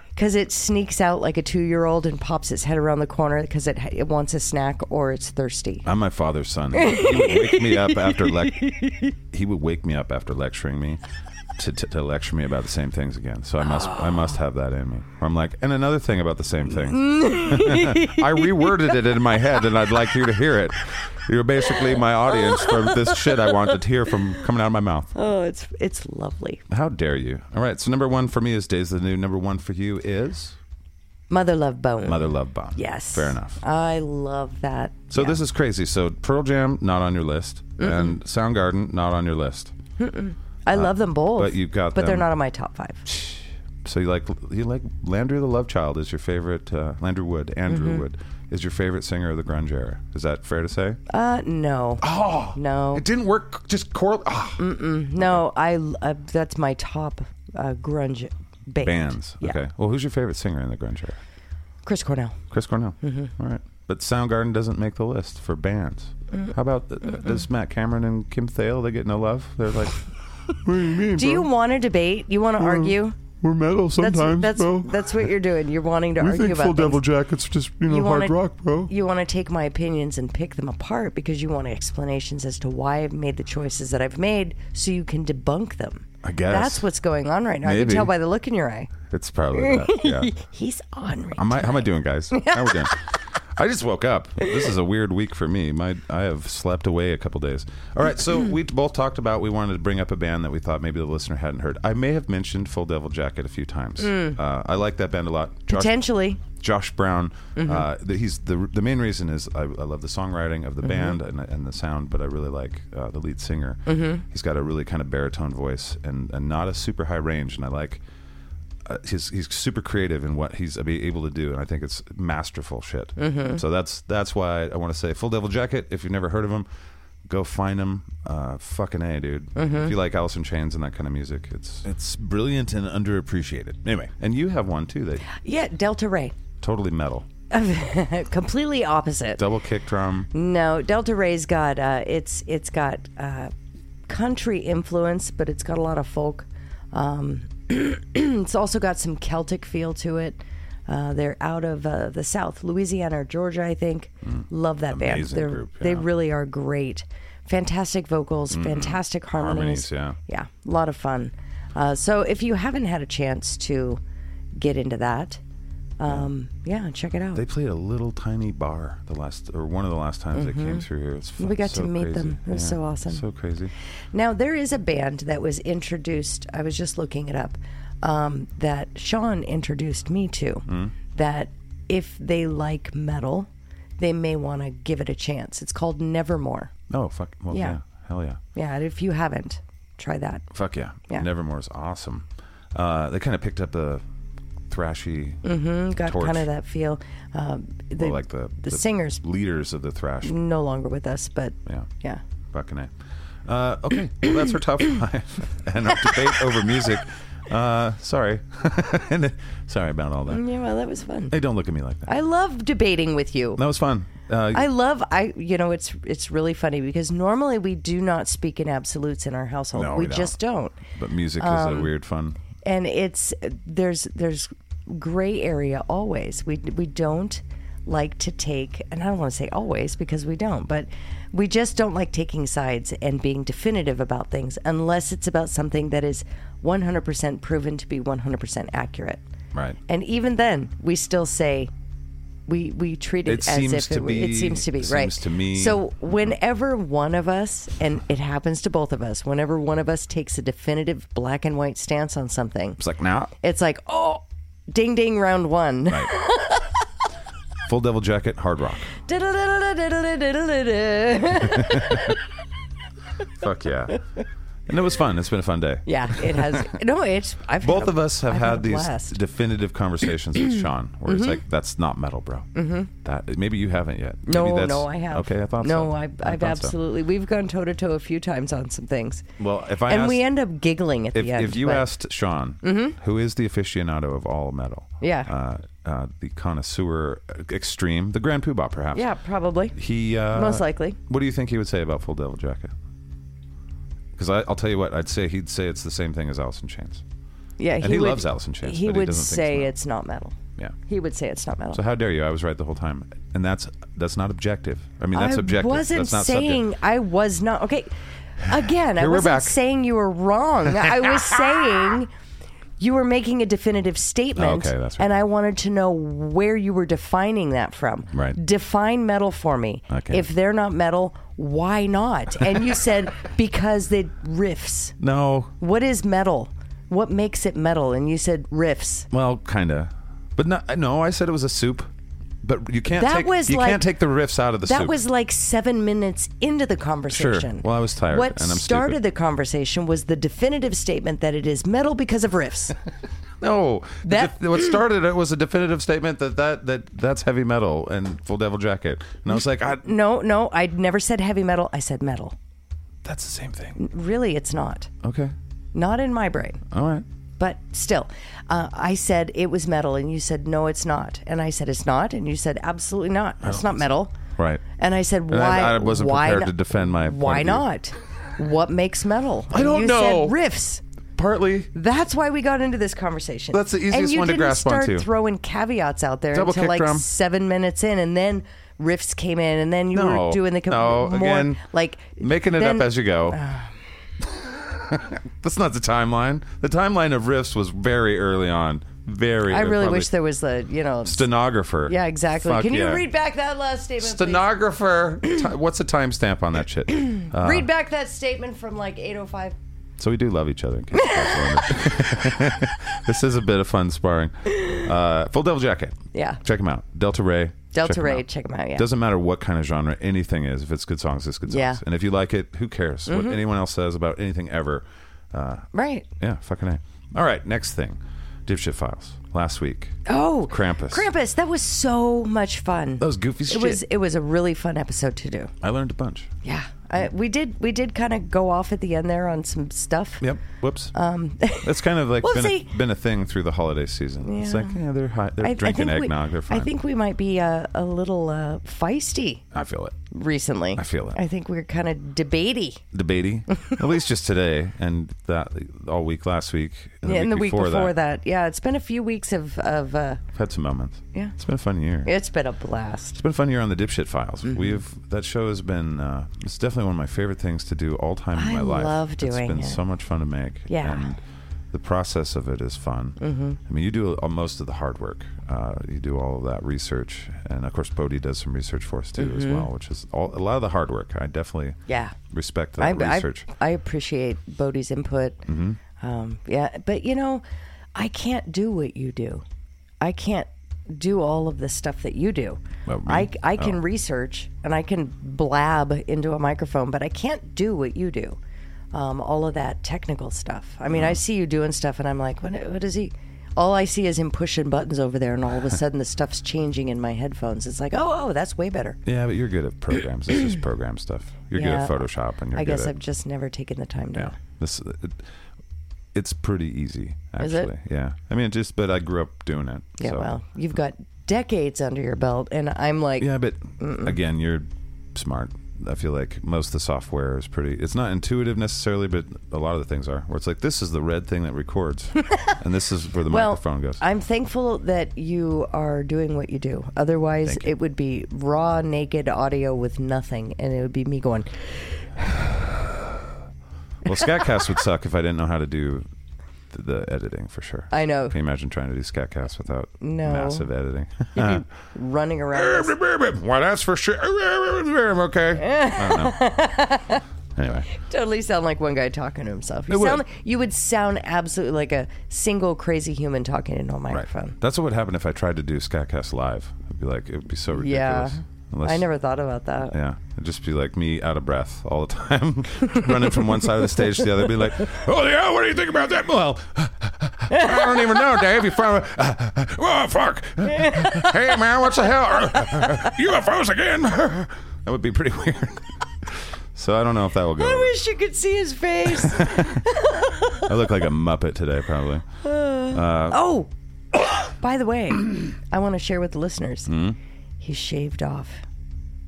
D: because it sneaks out like a two year old and pops its head around the corner because it it wants a snack or it's thirsty.
A: I'm my father's son. He would wake me up after lec- he would wake me up after lecturing me to, to, to lecture me about the same things again. So I must I must have that in me. Where I'm like, and another thing about the same thing. I reworded it in my head, and I'd like you to hear it. You're basically my audience for this shit I wanted to hear from coming out of my mouth.
D: Oh, it's it's lovely.
A: How dare you? All right, so number one for me is Days of the New. Number one for you is
D: Mother Love Bone.
A: Mother Love Bomb.
D: Yes.
A: Fair enough.
D: I love that.
A: So this is crazy. So Pearl Jam, not on your list, and Soundgarden, not on your list.
D: I love them both.
A: uh, but you've got
D: But they're
A: them.
D: not on my top five.
A: So you like you like Landry the Love Child is your favorite uh, Landry Wood Andrew Wood is your favorite singer of the grunge era. Is that fair to say?
D: Uh, no.
A: Oh
D: No.
A: it didn't work. Just coral ah,
D: No, I uh, that's my top uh, grunge band.
A: bands.
D: Yeah.
A: Okay. Well, who's your favorite singer in the grunge era?
D: Chris Cornell.
A: Chris Cornell. All right. But Soundgarden doesn't make the list for bands. How about th- does Matt Cameron and Kim Thale? They get no love. They're like, what do you mean?
D: Do you want to debate? You want to argue?
A: We're metal
D: That's
A: sometimes,
D: that's
A: bro.
D: that's what you're doing. You're wanting to
A: we
D: argue
A: think
D: about
A: Full Devil
D: things.
A: Jackets just you know
D: You
A: hard
D: wanna-
A: rock, bro.
D: You want to take my opinions and pick them apart because you want explanations as to why I've made the choices that I've made, so you can debunk them.
A: I guess.
D: that's what's going on right now. I can
A: Maybe.
D: tell by the look in your eye.
A: It's probably that. Yeah.
D: He's on right
A: Am I, how am I doing, guys? How we doing? I just woke up. This is a weird week for me. My I have slept away a couple days. All right, so we both talked about we wanted to bring up a band that we thought maybe the listener hadn't heard. I may have mentioned Full Devil Jacket a few times. Uh, I like that band a lot. Josh,
D: potentially.
A: Josh Brown. Uh, the, he's the the main reason is I, I love the songwriting of the band and, and the sound, but I really like uh, the lead singer. He's got a really kind of baritone voice and, and not a super high range, and I like. Uh, he's he's super creative in what he's be able to do, and I think it's masterful shit. So that's that's why I want to say Full Devil Jacket. If you've never heard of him, go find him. Uh, fucking a, dude. If you like Alice in Chains and that kind of music, it's
E: It's brilliant and underappreciated. Anyway,
A: and you have one too that
D: Yeah, Delta Ray.
A: totally metal,
D: Completely opposite.
A: double kick drum.
D: No, Delta Ray's got uh, it's it's got uh, country influence, but it's got a lot of folk. Um, it's also got some Celtic feel to it. Uh, they're out of uh, the South, Louisiana or Georgia, I think. Love that band.
A: Mm, Amazing
D: They're,
A: group,
D: They
A: yeah. Mm,
D: really are great. Fantastic vocals, fantastic harmonies.
A: Harmonies, yeah.
D: yeah, a lot of fun. Uh, so if you haven't had a chance to get into that, um, yeah, check it out.
A: They played a little tiny bar the last, or one of the last times they came through here. It's fu-
D: Mm-hmm. We got
A: so
D: to meet
A: crazy.
D: them. It was so awesome.
A: So crazy.
D: Now there is a band that was introduced. I was just looking it up. Um, that Sean introduced me to.
A: Hmm?
D: That if they like metal, they may want to give it a chance. It's called Nevermore.
A: Oh fuck. Well,
D: Yeah.
A: yeah. Hell yeah.
D: Yeah, if you haven't, try that.
A: Fuck yeah.
D: Yeah.
A: Nevermore is awesome. Uh, they kind of picked up the thrashy,
D: Mm, Got
A: Torch.
D: kind of that feel. Um, the,
A: well, like the,
D: the Mm. singers
A: leaders of the thrash.
D: no longer with us, but
A: Yeah.
D: yeah.
A: Fucking a. Uh, okay. Well, that's our top five and our debate over music. Uh, sorry. And then- sorry about all that.
D: Mm, Yeah, well, that was fun.
A: Hey, don't look at me like that.
D: I love debating with you.
A: That was fun. Uh,
D: I love I you know it's it's really funny because normally we do not speak in absolutes in our household.
A: No, we don't.
D: just don't.
A: but music
D: um,
A: is a weird fun.
D: and it's there's there's gray area always. We we don't like to take, and I don't want to say always because we don't, but we just don't like taking sides and being definitive about things unless it's about something that is 100% proven to be 100% accurate.
A: Right.
D: And even then, we still say we we treat it,
A: It
D: as
A: seems
D: if
A: to
D: it, were- it
A: be-
D: seems to be
A: seems
D: right.
A: to me-
D: So whenever one of us, and it happens to both of us, whenever one of us takes a definitive black and white stance on something,
A: It's like, nah.
D: it's like oh. Ding ding, round one.
A: Full devil jacket, hard rock. Fuck yeah. And it was fun. It's been a fun day.
D: yeah, it has. No, it's. I've
A: Both
D: had a-
A: of us have
D: I've
A: had
D: a
A: these
D: blast. Mm-hmm.
A: definitive conversations with Sean, where it's like, "That's not metal, bro." Mm-hmm. That maybe you haven't yet. Maybe
D: No,
A: that's-
D: no, I have.
A: Okay, I thought so.
D: no, I, I've
A: thought so.
D: absolutely. We've gone toe to toe a few times on some things,
A: Well, if I
D: and
A: asked,
D: we end up giggling at
A: if,
D: the end.
A: if you
D: but- Mm-hmm.
A: asked Sean, who is the aficionado of all metal?
D: Yeah.
A: Uh, uh, the connoisseur extreme, the grand poobah, perhaps.
D: yeah, probably.
A: He uh,
D: Most likely.
A: What do you think he would say about Full Devil Jacket? Because I'll tell you what, I'd say he'd say it's the same thing as Alice in Chains.
D: Yeah,
A: he loves Alice in Chains,
D: He
A: but he
D: would
A: doesn't think
D: say
A: it's
D: it's not metal.
A: Yeah.
D: He would say it's not metal.
A: So how dare you? I was right the whole time, and that's that's not objective. I mean, that's
D: I
A: objective.
D: wasn't
A: that's not
D: saying
A: subjective.
D: I was not okay. Again, I
A: Here we're
D: wasn't
A: back.
D: saying you were wrong. I was saying you were making a definitive statement,
A: Okay, that's right.
D: and I wanted to know where you were defining that from.
A: Right.
D: Define metal for me.
A: Okay.
D: If they're not metal, why not? And you said because they riffs.
A: No,
D: What is metal? What makes it metal? And you said riffs.
A: well, kind of, but no, no. I said it was a soup, but you can't.
D: That
A: take,
D: was
A: you
D: like-
A: can't take the riffs out of the
D: That
A: soup.
D: was like seven minutes into the conversation.
A: Well, I was tired
D: What
A: and I'm
D: started
A: stupid.
D: the conversation was the definitive statement that it is metal because of riffs.
A: no. The
D: That-
A: def- what started it was a definitive statement that, that that that's heavy metal and Full Devil Jacket, and I was like, I,
D: no, no, I never said heavy metal. I said metal.
A: that's the same thing.
D: Really, it's not.
A: Okay,
D: Not in my brain.
A: all right.
D: But still, uh, I said it was metal, and you said no, it's not. And I said it's not, and you said absolutely not. It's not metal.
A: Right.
D: And I said
A: I-
D: why?
A: I wasn't
D: why
A: prepared
D: not-
A: to defend my point
D: Why
A: of view.
D: not? What makes metal? I
A: don't
D: you
A: know.
D: Said riffs.
A: Partly
D: That's why we got into this conversation.
A: That's the
D: and
A: easiest
D: you
A: one to
D: didn't
A: grasp
D: start
A: onto.
D: Throwing caveats out there
A: Double
D: until
A: kick
D: like
A: drum.
D: seven minutes in, and then riffs came in, and then you
A: No,
D: were doing the com-
A: no,
D: more
A: again,
D: like
A: making it
D: then- uh,
A: up as you go. That's not the timeline. The timeline of riffs was very early on. Very.
D: I really
A: probably-
D: wish there was the you know
A: stenographer.
D: yeah exactly.
A: Fuck
D: Can you
A: yeah.
D: read back that last statement? please?
A: stenographer? Ti- What's the timestamp on that shit? Uh,
D: read back that statement from like eight oh five.
A: so we do love each other. In case you guys wondered. this is a bit of fun sparring. Uh, Full Devil Jacket.
D: Yeah.
A: Check them out. Delta Ray.
D: Delta Ray,
A: out.
D: check 'em out, yeah.
A: Doesn't matter what kind of genre anything is. If it's good songs, it's good songs.
D: Yeah. Mm-hmm.
A: And if you like it, who cares what anyone else says about anything ever? Uh,
D: Right.
A: Yeah, fucking A. All right, next thing. Dipshit Files. Last week.
D: Oh,
A: Krampus.
D: Krampus. That was so much fun.
A: That was goofy
D: It
A: shit.
D: was it was a really fun episode to do.
A: I learned a bunch.
D: Yeah, I, we did we did kind of go off at the end there on some stuff.
A: Yep. Whoops. Um, That's kind of like
D: Uh, Well,
A: been,
D: see-
A: a, been a thing through the holiday season. It's
D: Yeah.
A: like, yeah, they're hot. They're
D: I- I
A: drinking
D: think we-
A: eggnog. they're fine.
D: I think we might be uh, a little uh, feisty
A: I feel it.
D: recently. I
A: feel it.
D: I think we're kind of debatey.
A: Debatey. At least just today and that all week last week. And the,
D: Yeah,
A: week,
D: and the week
A: before, that.
D: Yeah, it's been a few weeks of of. Uh,
A: I've had some moments.
D: Yeah.
A: It's been a fun year.
D: it's been a blast.
A: It's been a fun year on the Dipshit Files.
D: Mm-hmm.
A: We've that show has been uh, it's definitely one of my favorite things to do all time in
D: I
A: my life.
D: love doing
A: It's been
D: it.
A: so much fun to make.
D: Yeah.
A: And the process of it is fun. Mm-hmm. I mean, you do all, most of the hard work. Uh, you do all of that research, and of course, Bodhi does some research for us too, as well, which is all, a lot of the hard work. I definitely
D: Mm-hmm. Yeah.
A: respect
D: I,
A: that
D: I-
A: research. Mm-hmm.
D: I appreciate Bodie's input. Um, yeah, but you know, I can't do what you do. I can't do all of the stuff that you do.
A: Well, me?
D: I, I can
A: Oh.
D: research and I can blab into a microphone, but I can't do what you do. Um, all of that technical stuff. I mean,
A: Mm.
D: I see you doing stuff, and I'm like, what, what is he? All I see is him pushing buttons over there, and all of a sudden the stuff's changing in my headphones. It's like, oh, oh, that's way better.
A: yeah, but you're good at programs. it's just program stuff. You're
D: Yeah.
A: good at Photoshop, and you're
D: I
A: good
D: guess
A: at
D: I've just never taken the time to.
A: Yeah. This it, it's pretty easy,
D: Is
A: actually.
D: it?
A: Yeah. I mean, just, but I grew up doing it.
D: Yeah,
A: so.
D: well, you've got decades under your belt, and I'm like,
A: Yeah, but again, you're smart. I feel like most of the software is pretty. It's not intuitive necessarily, but a lot of the things are. Where it's like this is the red thing that records, and this is where the
D: well,
A: microphone goes.
D: I'm thankful that you are doing what you do. Otherwise,
A: Thank you.
D: it would be raw, naked audio with nothing, and it would be me going,
A: well, Scatcast would suck if I didn't know how to do the, the editing for sure.
D: I know.
A: Can you imagine trying to do Scatcast without
D: No.
A: massive editing?
D: running around. this-
A: well, that's for sure. okay. I don't know. Anyway,
D: totally sound like one guy talking to himself. You,
A: It would.
D: sound, you would sound absolutely like a single crazy human talking into a
A: right.
D: microphone.
A: That's what would happen if I tried to do Scatcast live. It'd be like it would be so
D: Yeah.
A: ridiculous.
D: I
A: Unless-
D: never thought about that.
A: Yeah, it'd just be like me out of breath all the time, running from one side of the stage to the other. Be like,
B: Oh yeah, what do you think about that? Well,
A: I don't even know, Dave. You from?
B: oh fuck,
A: Hey, man, what's the hell?
B: UFOs again.
A: That would be pretty weird. So I don't know if that will go.
D: I
A: over.
D: wish you could see his face.
A: I look like a muppet today, probably.
D: Oh, by the way, I want to share with the listeners. He shaved off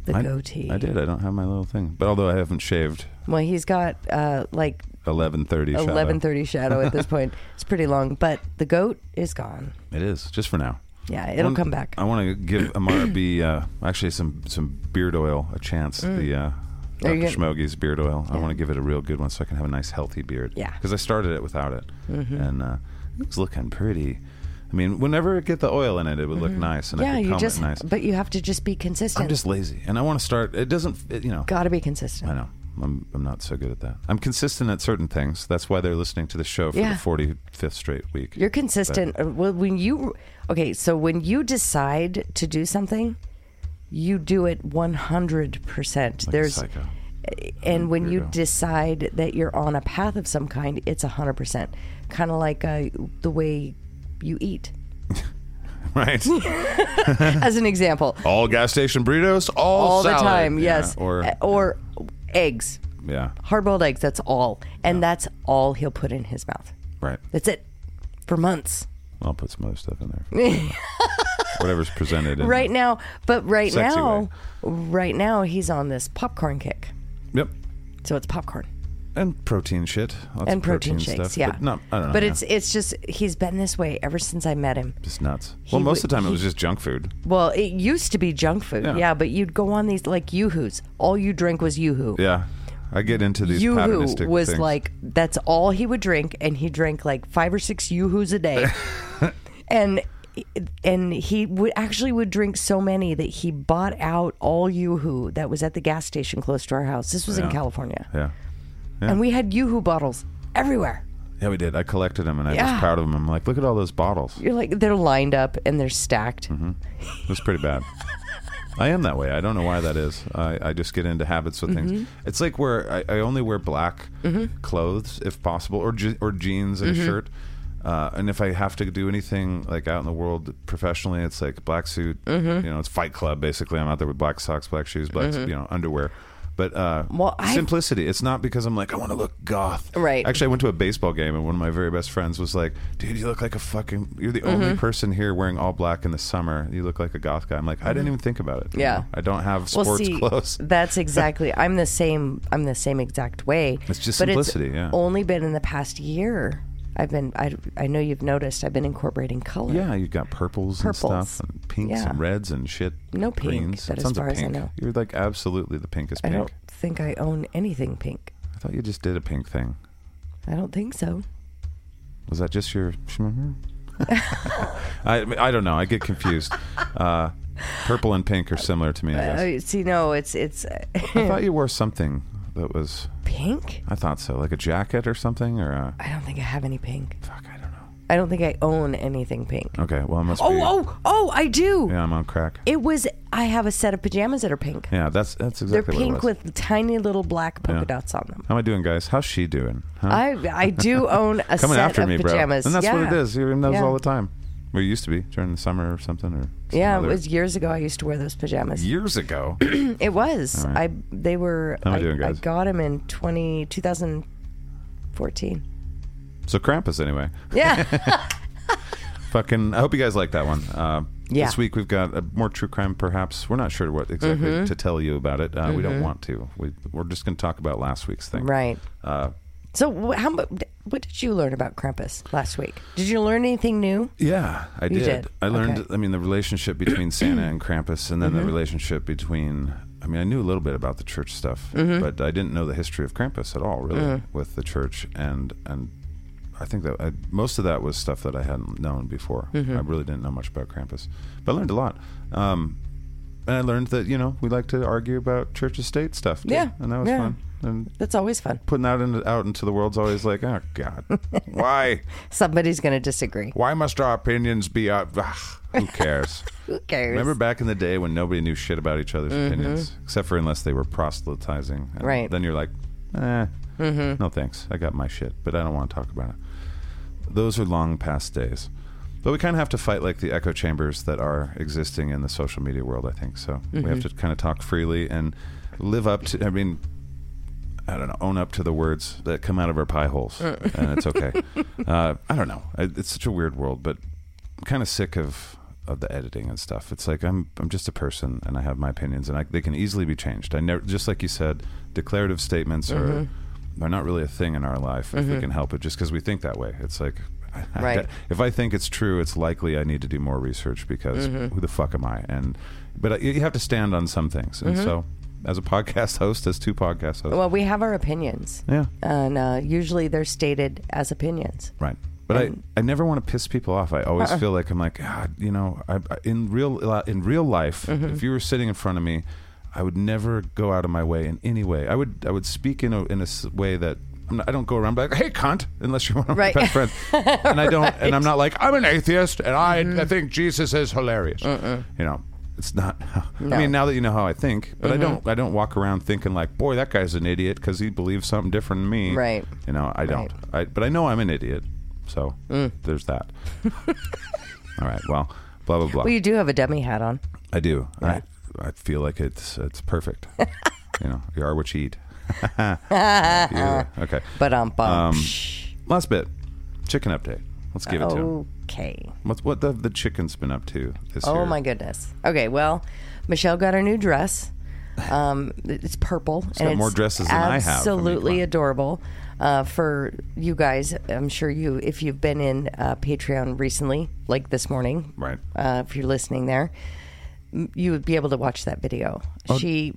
D: the
A: Hmm? I,
D: goatee.
A: I did. I don't have my little thing, but although I haven't shaved,
D: Well, he's got uh, like
A: eleven thirty.
D: eleven thirty shadow at this point. It's pretty long, but the goat is gone.
A: It is just for now.
D: Yeah, it'll
A: One-
D: come back.
A: I want to give Amara B uh, actually some some beard oil a chance. The uh,
D: Mm. Are
A: Dr.
D: you gonna-
A: Schmogie's beard oil. I want to give it a real good one so I can have a nice healthy beard.
D: Yeah. Mm-hmm.
A: Because I started it without it, and uh, it was looking pretty. I mean, whenever I get the oil in it, it would look nice, and I
D: Mm-hmm. yeah,
A: could
D: you
A: comb
D: just
A: it nice.
D: but you have to just be consistent.
A: I'm just lazy, and I want to start. It doesn't, it, you know.
D: got to be consistent.
A: I know. I'm, I'm not so good at that. I'm consistent at certain things. That's why they're listening to the show for
D: Yeah.
A: the 45th straight week.
D: You're consistent. Uh, Well, when you okay, so when you decide to do something, you do it one hundred percent.
A: Like a
D: There's
A: psycho.
D: and when you
A: Weirdo.
D: decide that you're on a path of some kind, it's hundred percent. Kind of like uh, the way you eat.
A: right?
D: As an example,
A: all gas station burritos, all,
D: all the
A: salad.
D: time,
A: Yeah,
D: yes,
A: Or,
D: Uh, or eggs,
A: yeah,
D: hard-boiled eggs. That's all, and that's all he'll put in his mouth.
A: right.
D: That's it for months.
A: I'll put some other stuff in there. Whatever's presented. In
D: right now but right
A: Sexy
D: now
A: way.
D: right now he's on this popcorn kick
A: Yep.
D: so it's popcorn
A: And protein shit. Lots
D: and
A: of
D: protein, shakes
A: stuff,
D: yeah
A: But, no, I don't know,
D: But
A: yeah.
D: it's it's just he's been this way ever since i met him
A: just nuts. Well, most of
D: would-
A: the time it
D: he-
A: was just junk food.
D: well it used to be junk food yeah,
A: Yeah.
D: but you'd go on these like yoo-hoos all you drink was yoo-hoo
A: Yeah. I get into these
D: yoo-hoo
A: patternistic
D: was
A: things.
D: like that's all he would drink and he drank like five or six yoo-hoos a day and and he would actually would drink so many that he bought out all yoo-hoo that was at the gas station close to our house this was in
A: Yeah.
D: california
A: Yeah.
D: and we had yoo-hoo bottles everywhere
A: Yeah, we did. I collected them and I
D: Yeah.
A: was proud of them. I'm like, look at all those bottles.
D: you're like they're lined up and they're stacked
A: Mm-hmm. It was pretty bad. I am that way. I don't know why that is. I, I just get into habits with
D: Mm-hmm.
A: things. It's like where I, I only wear black clothes if possible, or je- or jeans and
D: Mm-hmm.
A: a shirt. Uh, and if I have to do anything like out in the world professionally, it's like black suit.
D: Mm-hmm.
A: You know, it's Fight Club basically. I'm out there with black socks, black shoes, black you know underwear. But uh,
D: Well, I've-
A: simplicity. It's not because I'm like I want to look goth.
D: Right.
A: Actually, I went to a baseball game and one of my very best friends was like, "Dude, you look like a fucking. You're the
D: Mm-hmm.
A: only person here wearing all black in the summer. You look like a goth guy." I'm like, I didn't even think about it. you
D: Mm-hmm. Yeah.
A: know? I don't have
D: well
A: sports
D: see
A: clothes.
D: that's exactly i'm the same i'm the same exact way
A: It's just
D: but
A: simplicity,
D: it's
A: yeah.
D: only been in the past year i've been I, I know you've noticed i've been incorporating color
A: Yeah, you've got purples, and
D: Purples.
A: stuff, and pinks
D: Yeah.
A: and reds and shit.
D: No pink,
A: greens.
D: but as
A: Tons of
D: far as I
A: pink.
D: know.
A: you're like absolutely the pinkest
D: i
A: pink.
D: don't think i own anything pink
A: I thought you just did a pink thing.
D: i don't think so
A: Was that just your? I I don't know. I get confused. Uh, purple and pink are similar to me. I guess.
D: Oh, see, no, it's it's uh,
A: I thought you wore something that was.
D: pink.
A: I thought so, like a jacket or something, or a,
D: I don't think I have any pink.
A: fuck, I don't know.
D: I don't think I own anything pink.
A: Okay, well, I must be.
D: Oh, oh, oh! I do.
A: yeah, I'm on crack.
D: It was. I have a set of pajamas that are pink.
A: Yeah, that's that's
D: They're
A: exactly what it
D: pink
A: was.
D: with tiny little black polka
A: Yeah.
D: dots on them.
A: How am I doing, guys? How's she doing? Huh?
D: I I do own a
A: Coming
D: set
A: after
D: of
A: me,
D: pajamas.
A: bro. And that's what it
D: Yeah.
A: is. You're in those
D: Yeah.
A: all the time. We used to be during the summer or something, or some
D: Yeah,
A: other-
D: it was years ago. I used to wear those pajamas.
A: years ago.
D: It was.
A: All right.
D: I they were.
A: How am I
D: I,
A: doing,
D: I
A: guys?
D: got them in 20, 2014.
A: So Krampus, anyway.
D: Yeah.
A: Fucking. I hope you guys like that one. Uh,
D: Yeah.
A: This week we've got a more true crime. Perhaps we're not sure what exactly
D: Mm-hmm.
A: to tell you about it. Uh, We don't want to. We, we're just going to talk about last week's thing.
D: right.
A: Uh,
D: So wh- how mu- what did you learn about Krampus last week? Did you learn anything new?
A: Yeah, I did.
D: did.
A: I learned.
D: Okay. Mm-hmm.
A: I mean, the relationship between Santa and Krampus, and then the relationship between. I mean, I knew a little bit about the church stuff,
D: Mm-hmm.
A: but I didn't know the history of Krampus at all, really,
D: Mm.
A: with the church, and and I think that I, most of that was stuff that I hadn't known before.
D: Mm-hmm.
A: I really didn't know much about Krampus, but I learned a lot. Um, and I learned that you know we like to argue about church estate stuff. too,
D: Yeah,
A: and that was
D: yeah.
A: fun. And
D: That's always fun.
A: putting that in, out into the world's always like, oh God, why?
D: Somebody's going to disagree.
A: Why must our opinions be out? Ugh, who cares?
D: Who cares?
A: Remember back in the day when nobody knew shit about each other's opinions, except for unless they were proselytizing. And
D: Right.
A: Then you're like, eh, no thanks. I got my shit, but I don't want to talk about it. Those are long past days. But we kind of have to fight like the echo chambers that are existing in the social media world, I think. So we have to kind of talk freely and live up to, I mean, I don't know, own up to the words that come out of our pie holes, and it's okay. uh, I don't know. I- It's such a weird world, but I'm kind of sick of of the editing and stuff. It's like I'm I'm just a person, and I have my opinions, and I, they can easily be changed. I never, just like you said, declarative statements are are not really a thing in our life if we can help it, just because we think that way. It's like. I- I-
D: Right.
A: if I think it's true, it's likely I need to do more research because who the fuck am I? And but I, you have to stand on some things, and so as a podcast host, as two podcast hosts,
D: Well, we have our opinions.
A: yeah,
D: And uh, usually they're stated as opinions.
A: right. But I, I never want to piss people off. I always feel like I'm like God, you know, I, I- in real in real life, if you were sitting in front of me, I would never go out of my way in any way. I would I would speak in a in a s- way that I'm not, I don't go around like hey cunt unless you're one of
D: Right.
A: my best friends, and I don't and I'm not like I'm an atheist and I I think Jesus is hilarious. You know. It's not. I mean, now that you know how I think, but I don't. I don't walk around thinking like, "Boy, that guy's an idiot" because he believes something different than me.
D: Right.
A: You know, I don't. I, but I know I'm an idiot. So
D: Mm.
A: there's that. All right. Well, blah blah blah.
D: Well, you do have a dummy hat on.
A: I do. I I feel like it's it's perfect. you know, you are what you eat. Yeah. Okay.
D: But um, bum.
A: Um, Last bit. Chicken update. Let's give it to him.
D: okay.
A: What's what the, the chicken's been up to this year?
D: Oh my goodness. Okay. Well, Michelle got her new dress. Um, it's purple. She's
A: got more dresses than I have. I mean, come
D: Absolutely
A: on.
D: adorable. Uh, for you guys, I'm sure you, if you've been in uh, Patreon recently, like this morning,
A: Right.
D: Uh, if you're listening there, m- you would be able to watch that video.
A: Oh.
D: She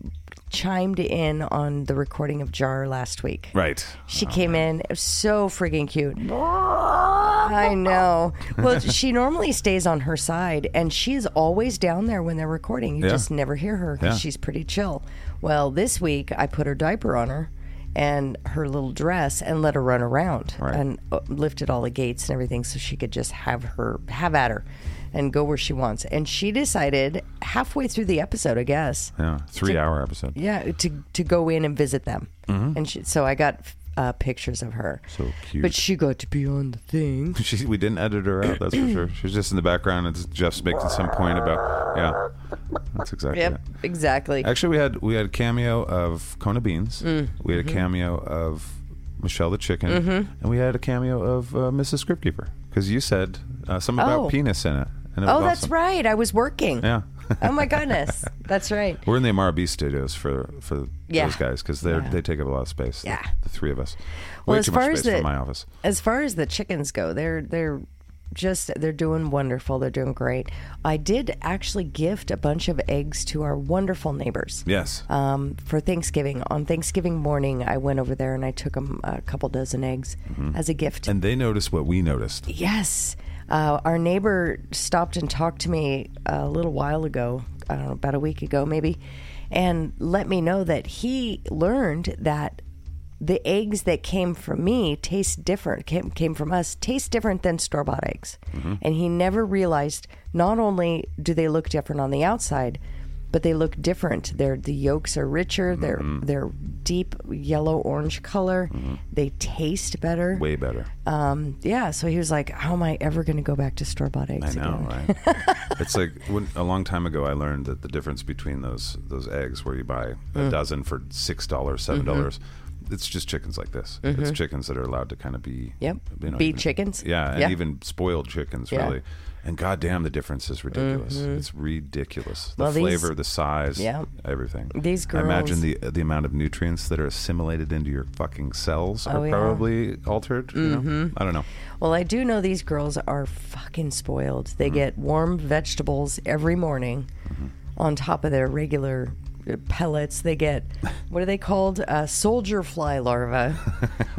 D: chimed in on the recording of Jar last week.
A: Right.
D: She came in it was so freaking cute. I know. Well, she normally stays on her side, and she's always down there when they're recording. You
A: Yeah.
D: just never hear her because
A: Yeah.
D: she's pretty chill. Well, this week I put her diaper on her and her little dress and let her run around
A: Right.
D: and uh, lifted all the gates and everything so she could just have her have at her and go where she wants. And she decided halfway through the episode, I guess,
A: Yeah. Three hour episode.
D: yeah, to to go in and visit them, and she, so I got uh, pictures of her.
A: Mm-hmm. So cute.
D: But she got to be on the thing.
A: She, we didn't edit her out, that's for sure. She was just in the background, and Jeff's making some point about, yeah, that's exactly
D: Yep,
A: it.
D: exactly.
A: Actually, we had we had a cameo of Kona Beans.
D: Mm.
A: We
D: Mm-hmm.
A: had a cameo of Michelle the Chicken, and we had a cameo of uh, Mrs. Scriptkeeper because you said uh, something
D: Oh.
A: about penis in it. And it
D: oh,
A: was
D: that's
A: awesome.
D: right. I was working.
A: Yeah,
D: Oh my goodness, that's right.
A: we're in the MRB studios for for
D: Yeah.
A: those guys because they
D: Yeah.
A: they take up a lot of space. the-
D: Yeah.
A: the, three of us.
D: Well,
A: Way
D: as
A: too
D: far
A: much
D: as
A: space
D: the-
A: for my office.
D: As far as the chickens go, they're they're just they're doing wonderful. They're doing great. I did actually gift a bunch of eggs to our wonderful neighbors.
A: Yes,
D: um, for Thanksgiving. On Thanksgiving morning, I went over there and I took them a couple dozen eggs
A: Mm-hmm.
D: as a gift.
A: and they noticed what we noticed.
D: yes, uh, our neighbor stopped and talked to me a little while ago, I don't know, about a week ago maybe, and let me know that he learned that the eggs that came from me taste different came, came from us taste different than store-bought eggs and he never realized not only do they look different on the outside but they look different They're, the yolks are richer they're they're deep yellow orange color they taste better
A: Way better.
D: um, yeah, so he was like, "How am I ever going to go back to store bought eggs?"
A: I
D: again?"
A: know, right? it's like when, a long time ago, I learned
D: Mm. Mm-hmm.
A: that the difference between those those eggs, where you buy a dozen for six dollars, seven dollars, it's just chickens like this. It's chickens that are allowed to kind of be
D: Yep.
A: you know,
D: Be
A: even-
D: chickens.
A: Yeah, and
D: Yeah.
A: even spoiled chickens
D: Yeah. Mm-hmm.
A: really. And goddamn, the difference is ridiculous. It's ridiculous. The
D: Well, these-
A: flavor, the size,
D: Yeah.
A: everything.
D: These
A: I imagine
D: girls-
A: the the amount of nutrients that are assimilated into your fucking cells
D: Oh,
A: are
D: yeah. Mm-hmm.
A: probably altered. you know? I don't know.
D: Well, I do know these girls are fucking spoiled.
A: Mm-hmm.
D: They get warm vegetables every morning on top of their regular uh, pellets. They get, what are they called? Uh, soldier fly larvae.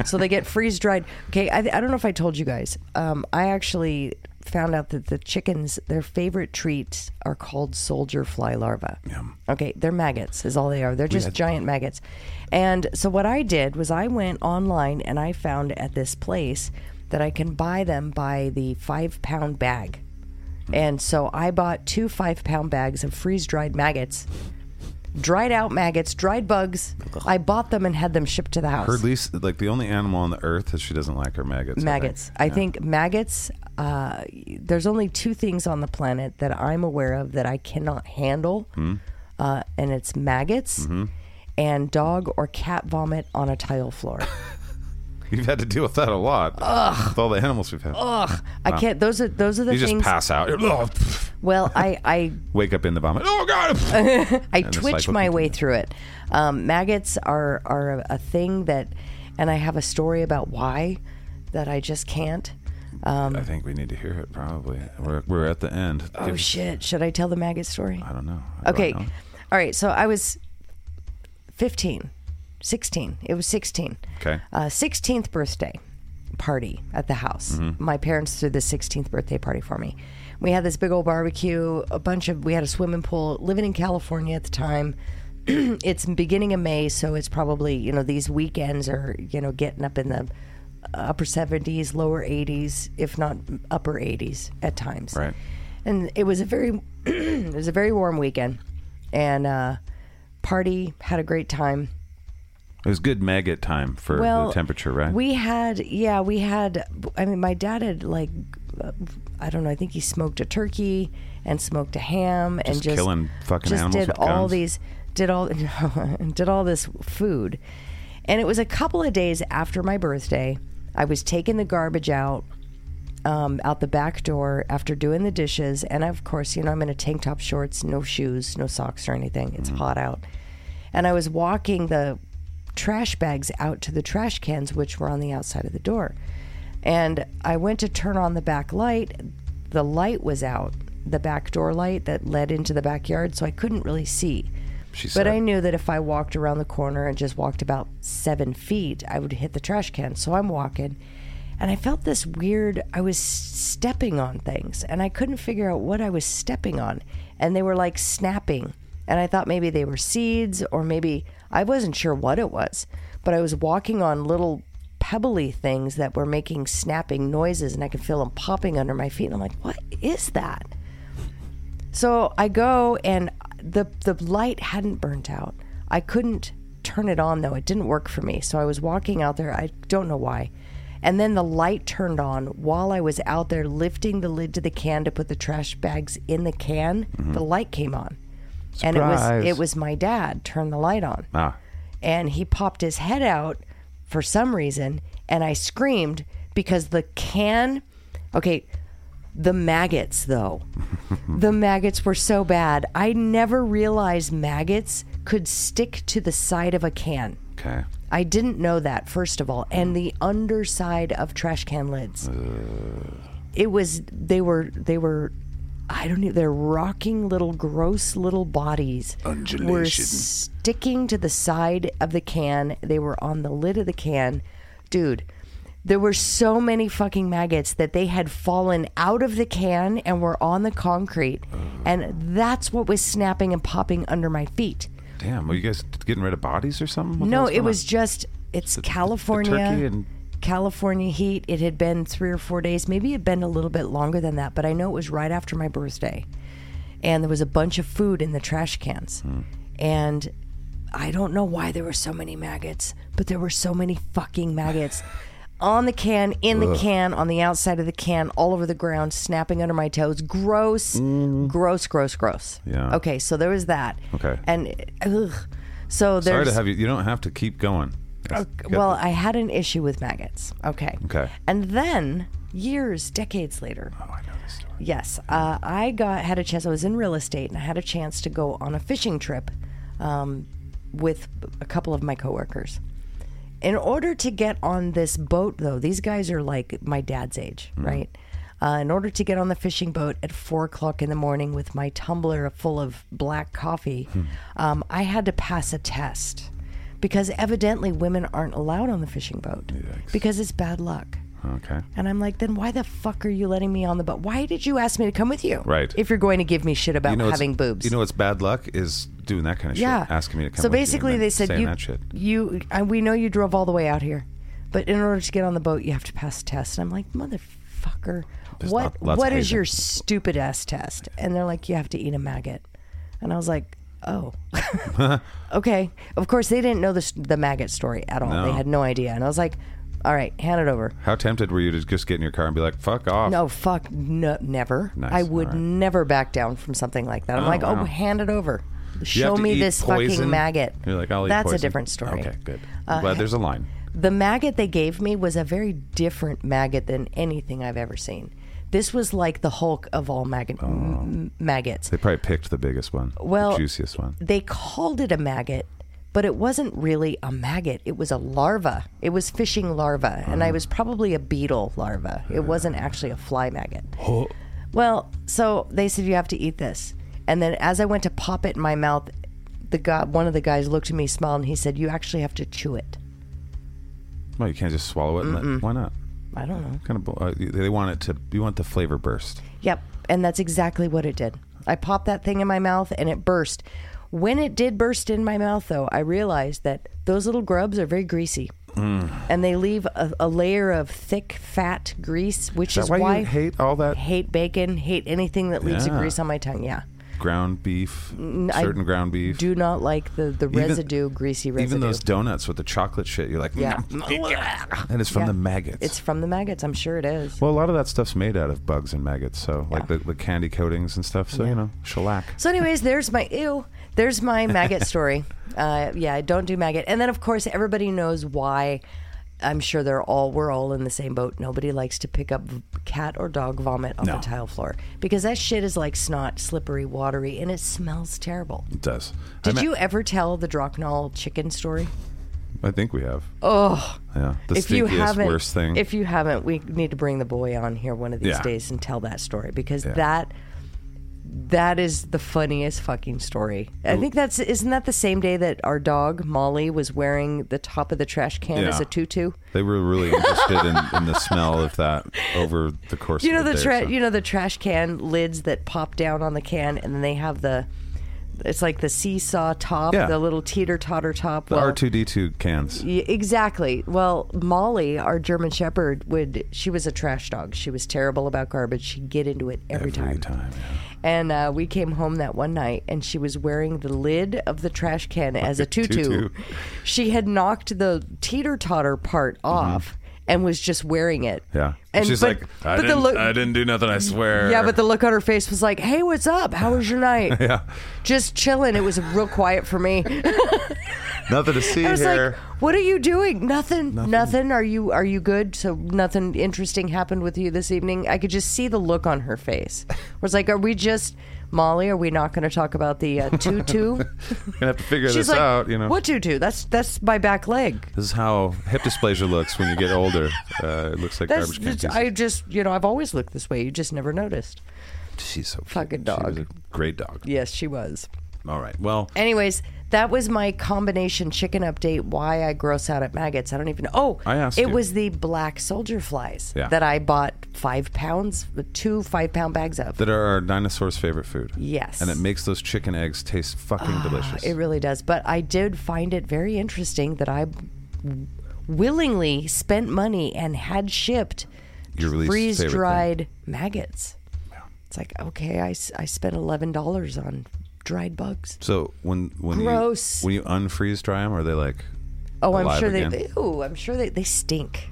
D: so they get freeze dried. Okay, I, I don't know if I told you guys. Um, I actually found out that the chickens, their favorite treats are called soldier fly larvae. Okay, they're maggots, is all they are. They're just giant maggots. And so what I did was I went online and I found at this place that I can buy them by the five pound bag. And so I bought two five pound bags of freeze dried maggots, dried out maggots, dried bugs. I bought them and had them shipped to the house.
A: Her least like the only animal on the earth that she doesn't like are maggots. I think.
D: Maggots. I think maggots. Uh, there's only two things on the planet that I'm aware of that I cannot handle,
A: Hmm.
D: uh, and it's maggots
A: Mm-hmm.
D: and dog or cat vomit on a tile floor.
A: You've had to deal with that a lot. With all the animals we've had.
D: I can't. Those are those are the
A: you just
D: things.
A: pass out. Ugh.
D: Well, I I
A: Wake up in the vomit. Oh god.
D: I
A: the
D: twitch
A: cycle
D: my way
A: continues.
D: through it. Um, maggots are are a, a thing that, and I have a story about why that I just can't.
A: I think we need to hear it. Probably. We're we're at the end.
D: Um, Oh shit! Should I tell the maggot story?
A: I don't know. Do I
D: Okay.
A: know?
D: All right. So I was 15, 16. It was 16.
A: Okay.
D: Uh, 16th birthday party at the house. My parents threw the 16th birthday party for me. We had this big old barbecue, a bunch of, we had a swimming pool, living in California at the time. it's beginning of May, so it's probably, you know, these weekends are, you know, getting up in the upper 70s, lower 80s, if not upper 80s at times
A: Right.
D: and it was a very it was a very warm weekend and uh party had a great time
A: It was good maggot time for
D: well
A: the temperature, right?
D: we had yeah we had i mean my dad had like uh, i don't know i think he smoked a turkey and smoked a ham and
A: Just
D: just
A: killing fucking
D: just
A: animals
D: did
A: with
D: all
A: guns?
D: these did all did all this food and it was a couple of days after my birthday i was taking the garbage out um, out the back door after doing the dishes. And of course, you know, I'm in a tank top, shorts, no shoes, no socks or anything. It's hot out. And I was walking the trash bags out to the trash cans, which were on the outside of the door. And I went to turn on the back light. The light was out, the back door light that led into the backyard. So I couldn't really see.
A: she said.
D: But I knew that if I walked around the corner and just walked about seven feet, I would hit the trash can. So I'm walking, and I felt this weird. I was stepping on things, and I couldn't figure out what I was stepping on, and they were like snapping. And I thought maybe they were seeds, or maybe I wasn't sure what it was. But I was walking on little pebbly things that were making snapping noises, and I could feel them popping under my feet. And I'm like, what is that? So I go and the the light hadn't burnt out. I couldn't turn it on though. It didn't work for me. So I was walking out there. I don't know why. And then the light turned on while I was out there lifting the lid to the can to put the trash bags in the can. The light came on. And it was
A: Surprise.
D: it was my dad turned the light on.
A: ah,
D: And he popped his head out for some reason and I screamed because the can Okay, the maggots, though. the maggots were so bad. I never realized maggots could stick to the side of a can.
A: okay.
D: I didn't know that, first of all, and the underside of trash can lids. It was they were they were I don't know they're rocking little gross little bodies were
B: Undulation.
D: sticking to the side of the can. They were on the lid of the can. Dude, there were so many fucking maggots that they had fallen out of the can and were on the concrete. And that's what was snapping and popping under my feet.
A: Damn, were you guys getting rid of bodies or something? What the
D: No,
A: hell's
D: it
A: going
D: was
A: on?
D: just it's California.
A: turkey and-
D: California heat. It had been three or four days. Maybe it had been a little bit longer than that, but I know it was right after my birthday. And there was a bunch of food in the trash cans.
A: Hmm.
D: And I don't know why there were so many maggots, but there were so many fucking maggots on the can, in the can, on the outside of the can, all over the ground, snapping under my toes. Gross, gross, gross, gross.
A: Mm-hmm. Yeah.
D: Okay, so there was that.
A: Okay.
D: And ugh. so there's.
A: Sorry to have you. You don't have to keep going. Yes. Got
D: well,
A: the-
D: I had an issue with maggots. Okay.
A: Okay.
D: And then years, decades later,
A: oh, I know this story.
D: yes, uh, I got had a chance. I was in real estate, and I had a chance to go on a fishing trip um, with a couple of my coworkers. In order to get on this boat, though, these guys are like my dad's age, right? Uh, in order to get on the fishing boat at four o'clock in the morning with my tumbler full of black coffee, um, I had to pass a test because evidently women aren't allowed on the fishing boat because it's bad luck.
A: Okay.
D: And I'm like, then why the fuck are you letting me on the boat? Why did you ask me to come with you?
A: Right.
D: If you're going to give me shit about
A: what's-
D: having boobs.
A: You know what's bad luck is doing that kind of
D: yeah.
A: shit. Asking me to come.
D: So
A: with you and
D: basically,
A: then
D: they said
A: saying
D: you,
A: that shit.
D: you, I, we know you drove all the way out here, but in order to get on the boat, you have to pass a test. And I'm like, motherfucker,
A: There's
D: what,
A: lot- lots
D: what
A: of
D: is
A: hazing.
D: your stupid ass test? And they're like, you have to eat a maggot. And I was like, oh, okay. Of course, they didn't know the the maggot story at all.
A: No.
D: They had no idea. And I was like, all right, hand it over.
A: How tempted were you to just get in your car and be like, "Fuck off"?
D: No, fuck, no, never.
A: Oh. Nice,
D: I would
A: all right.
D: never back down from something like that. I'm
A: Oh,
D: like, oh,
A: wow.
D: hand it over. Show
A: to
D: me
A: eat
D: this
A: poison?
D: fucking maggot.
A: You're like, "I'll eat
D: That's
A: poison."
D: a different story.
A: Okay, good.
D: Uh,
A: but there's a line.
D: The maggot they gave me was a very different maggot than anything I've ever seen. This was like the Hulk of all maggot,
A: Oh.
D: m- maggots.
A: They probably picked the biggest one,
D: Well,
A: the juiciest one.
D: They called it a maggot, but it wasn't really a maggot. It was a larva. It was fishing larva, and
A: Oh.
D: I was probably a beetle larva. It wasn't actually a fly maggot. Well, so they said you have to eat this, and then as I went to pop it in my mouth, the guy, one of the guys looked at me, smiled, and he said, "You actually have to chew it."
A: Well, you can't just swallow it. And let, why not?
D: I don't know.
A: Kind of. bu- Uh, they want it to. You want the flavor burst.
D: Yep. And that's exactly what it did. I popped that thing in my mouth and it burst. When it did burst in my mouth, though, I realized that those little grubs are very greasy.
A: Mm.
D: And they leave a, a layer of thick, fat grease, which
A: Is
D: is,
A: that why,
D: why
A: you hate all that
D: I hate bacon, hate anything that leaves
A: Yeah.
D: a grease on my tongue. Yeah.
A: ground beef?
D: I
A: Certain ground beef.
D: Do not like the, the
A: Even-
D: residue, greasy residue.
A: Even those donuts with the chocolate shit, you're like, "Mm,
D: Yeah.
A: and it's from
D: Yeah.
A: the maggots.
D: it's from the maggots. I'm sure it is.
A: Well, a lot of that stuff's made out of bugs and maggots, so like the, the candy coatings and stuff. So you know, shellac.
D: So, anyways, there's my ew. There's my maggot story. Uh, yeah, don't do maggot. And then, of course, everybody knows why. I'm sure they're all we're all in the same boat. Nobody likes to pick up v- cat or dog vomit off
A: No.
D: the tile floor because that shit is like snot, slippery, watery, and it smells terrible.
A: It does.
D: Did
A: I me-
D: you ever tell the Drachnall chicken story?
A: I think we have. Oh, yeah. The
D: if you
A: stinkiest,
D: haven't,
A: worst thing.
D: if you haven't, we need to bring the boy on here one of these
A: Yeah.
D: days and tell that story because
A: Yeah.
D: that that is the funniest fucking story. I think that's isn't that the same day that our dog Molly was wearing the top of the trash can as
A: Yeah.
D: a tutu.
A: they were really interested in, in the smell of that over the course.
D: You know
A: of the,
D: the
A: day,
D: tra-
A: so.
D: you know the trash can lids that pop down on the can and then they have the it's like the seesaw top,
A: Yeah.
D: the little teeter totter top.
A: the
D: Well,
A: R two D two cans.
D: Yeah, exactly. Well, Molly, our German Shepherd, would she was a trash dog. She was terrible about garbage. She'd get into it every, time.
A: yeah.
D: And uh, we came home that one night, and she was wearing the lid of the trash can as a tutu.
A: tutu.
D: She had knocked the teeter totter part off and was just wearing it.
A: Mm-hmm. Yeah.
D: And
A: she's
D: but-
A: like,
D: but
A: I
D: the
A: didn't,
D: look-
A: I didn't do nothing. I swear.
D: Yeah, but the look on her face was like, "Hey, what's up? How was your night?
A: yeah,
D: Just chilling. It was real quiet for me."
A: nothing to see
D: I was
A: here.
D: like, "What are you doing? Nothing, nothing. Are you are you good? So nothing interesting happened with you this evening. I could just see the look on her face. I was like, "Are we just Molly? Are we not going to talk about the uh, tutu?"
A: Gonna have to figure
D: She's
A: this
D: like,
A: out. You know,
D: "What tutu? That's that's my back leg.
A: this is how hip dysplasia looks when you get older. Uh, it looks like
D: That's
A: garbage can.
D: that's-
A: pieces.
D: I just you know I've always looked this way. You just never noticed."
A: She's so cute.
D: Fucking
A: She was
D: dog.
A: a great dog.
D: Yes, she was.
A: All right. Well,
D: Anyways, that was my combination chicken update. Why I gross out at maggots? I don't even. Oh,
A: I asked
D: It
A: you.
D: was the black soldier flies
A: Yeah.
D: that I bought five pounds, two five pound bags of.
A: that are our dinosaur's favorite food.
D: Yes.
A: And it makes those chicken eggs taste fucking delicious.
D: Ah, it really does. But I did find it very interesting that I willingly spent money and had shipped
A: Your least favorite
D: freeze
A: thing.
D: dried maggots. It's like okay, I, s- I spent eleven dollars on dried bugs.
A: So when when
D: Gross.
A: you when you unfreeze dry them, are they like?
D: Oh, I'm
A: alive
D: sure they.
A: again?
D: Ooh, I'm sure they. They stink.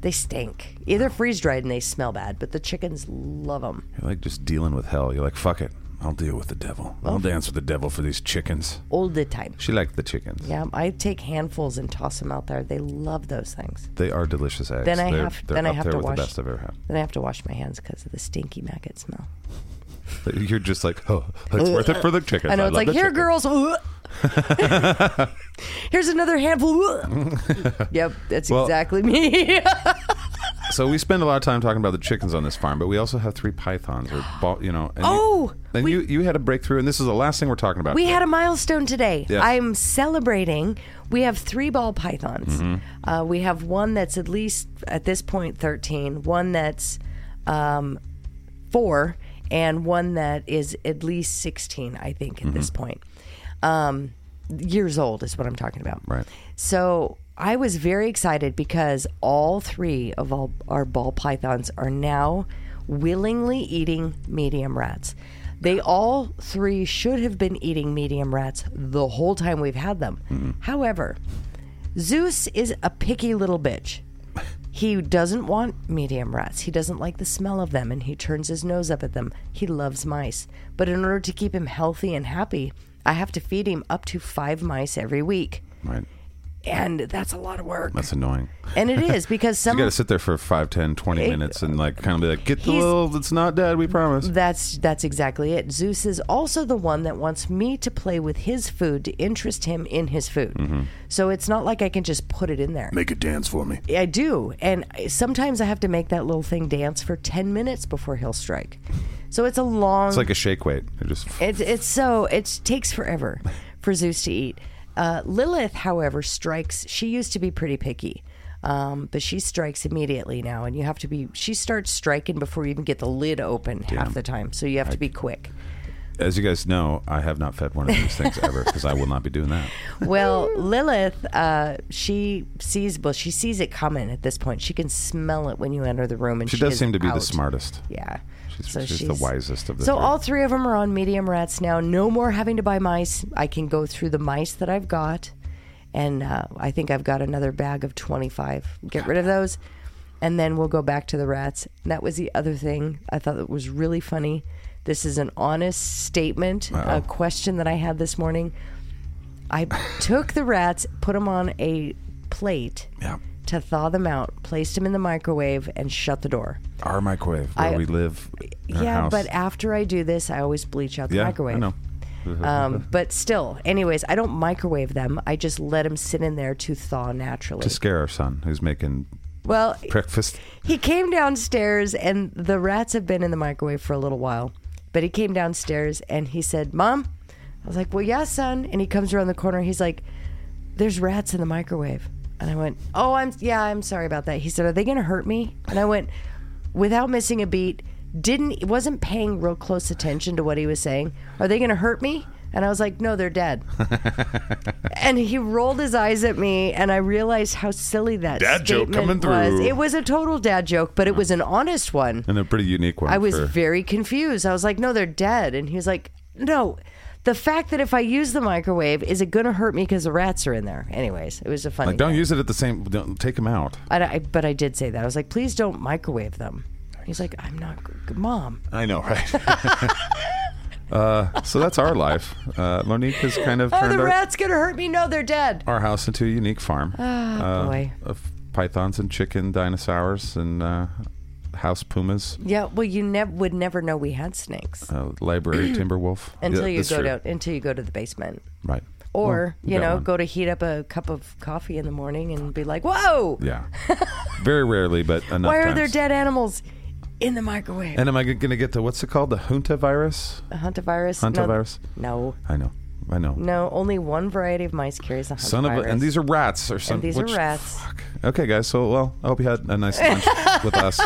D: They stink. Either freeze dried and they smell bad, but the chickens love them.
A: You're like just dealing with hell. You're like fuck it.
E: I'll deal with the devil.
D: Oh.
E: I'll dance with the devil for these chickens.
D: all the time.
A: She liked the chickens.
D: Yeah, I take handfuls and toss them out there. They love those things.
A: They are delicious eggs.
D: Then I
A: they're,
D: have-
A: they're
D: then I
A: up
D: have
A: there
D: to
A: with
D: wash-
A: the best I've ever had.
D: Then I have to wash my hands because of the stinky maggot smell.
A: But You're just like, oh, it's worth it for the chickens.
D: I know it's
A: love
D: like
A: the
D: here,
A: chickens."
D: girls. ugh." Here's another handful. ugh." yep, that's
A: Well-
D: exactly me.
A: So we spend a lot of time talking about the chickens on this farm, but we also have three pythons, or ball, you know. And
D: Oh,
A: you, and you you had a breakthrough, and this is the last thing we're talking about.
D: we
A: today.
D: had a milestone today.
A: Yes.
D: I'm celebrating. We have three ball pythons.
A: Mm-hmm.
D: Uh, we have one that's at least at this point 13, one that's um, four, and one that is at least 16, I think, at this
A: Mm-hmm.
D: point. Um, years old is what I'm talking about.
A: Right.
D: So I was very excited because all three of all our ball pythons are now willingly eating medium rats. They all three should have been eating medium rats the whole time we've had them. However, Zeus is a picky little bitch. He doesn't want medium rats. He doesn't like the smell of them and he turns his nose up at them. He loves mice. But in order to keep him healthy and happy, I have to feed him up to five mice every week
A: Right.
D: and that's a lot of work.
A: That's annoying.
D: and it is because
A: You
D: some
A: got to sit there for 5, 10, 20
D: Oh. It-
A: minutes and like kind of be like, get the
D: He's-
A: little, it's not dead, we promise.
D: that's that's exactly it. Zeus is also the one that wants me to play with his food to interest him in his food.
A: Mm-hmm.
D: So it's not like I can just put it in there.
B: Make it dance for me.
D: I do, and I- sometimes I have to make that little thing dance for ten minutes before he'll strike. So it's a long.
A: It's like a shake weight. It just
D: It's it's so it takes forever for Zeus to eat. Uh, Lilith, however, strikes. She used to be pretty picky, um, but she strikes immediately now, and you have to be. She starts striking before you even get the lid open half the time, so you have to be quick.
A: as you guys know, I have not fed one of these things ever because I will not be doing that.
D: Well, Lilith, uh, she sees. Well, she sees it coming at this point. She can smell it when you enter the room, and
A: She
D: she,
A: does
D: is
A: seem to be the
D: out.
A: smartest.
D: Yeah.
A: She's- she's the wisest of the
D: So
A: three.
D: all three of them are on medium rats now. No more having to buy mice. I can go through the mice that I've got, and uh, I think I've got another bag of twenty-five. Get rid of those, and then we'll go back to the rats. And that was the other thing I thought that was really funny. This is an honest statement, a question that I had this morning. I took the rats, put them on a plate
A: Yeah.
D: to thaw them out, placed them in the microwave, and shut the door.
A: Our microwave where
D: I-
A: we live. our
D: Yeah,
A: house.
D: but after I do this, I always bleach out the
A: yeah,
D: microwave.
A: I know.
D: Um, but still, anyways, I don't microwave them. I just let them sit in there to thaw naturally.
A: To scare our son who's making
D: well,
A: breakfast.
D: he came downstairs, and the rats have been in the microwave for a little while. But he came downstairs and he said, "Mom," I was like, "Well, yeah, son." And he comes around the corner. He's like, "There's rats in the microwave," and I went, "Oh, I'm yeah, I'm sorry about that." He said, "Are they going to hurt me?" And I went, without missing a beat, didn't wasn't paying real close attention to what he was saying. Are they going to hurt me? And I was like, "No, they're dead." and he rolled his eyes at me, and I realized how silly that
B: Dad joke
D: statement
B: coming
D: was.
B: through.
D: It was a total dad joke, but it was an honest one.
A: And a pretty unique one.
D: I was
A: for-
D: very confused. I was like, no, they're dead. And he was like, no. The fact that if I use the microwave, is it going to hurt me because the rats are in there? Anyways, it was a funny.
A: like, don't
D: thing.
A: use it at the same, don't take them out.
D: And I, but I did say that. I was like, please don't microwave them. He's like, I'm not, g- mom.
A: I know, right? uh, so that's our life. Uh, Monique has kind of
D: Are
A: turned
D: Oh, the
A: our,
D: rats going to hurt me? No, they're dead.
A: our house into a unique farm uh,
D: Oh, boy.
A: of pythons and chicken, dinosaurs, and uh, house pumas,
D: Yeah. Well, you nev- would never know we had snakes
A: uh, library timber wolf.
D: until
A: Yeah,
D: you
A: that's
D: go
A: true.
D: down, until you go to the basement.
A: Right.
D: Or,
A: Well,
D: you
A: got
D: know,
A: one.
D: go to heat up a cup of coffee in the morning and be like, whoa,
A: Yeah. Very rarely, but enough
D: why are
A: times.
D: there dead animals in the microwave?
A: And am I going to get to what's it called? The junta virus?
D: Hantavirus.
A: Hunta virus?
D: No,
A: I know. I know.
D: no. Only one variety of mice carries the Huntavirus.
A: Son of a, and these are rats or
D: And
A: something.
D: these are rats.
A: Okay, guys. So, well, I hope you had a nice lunch with us.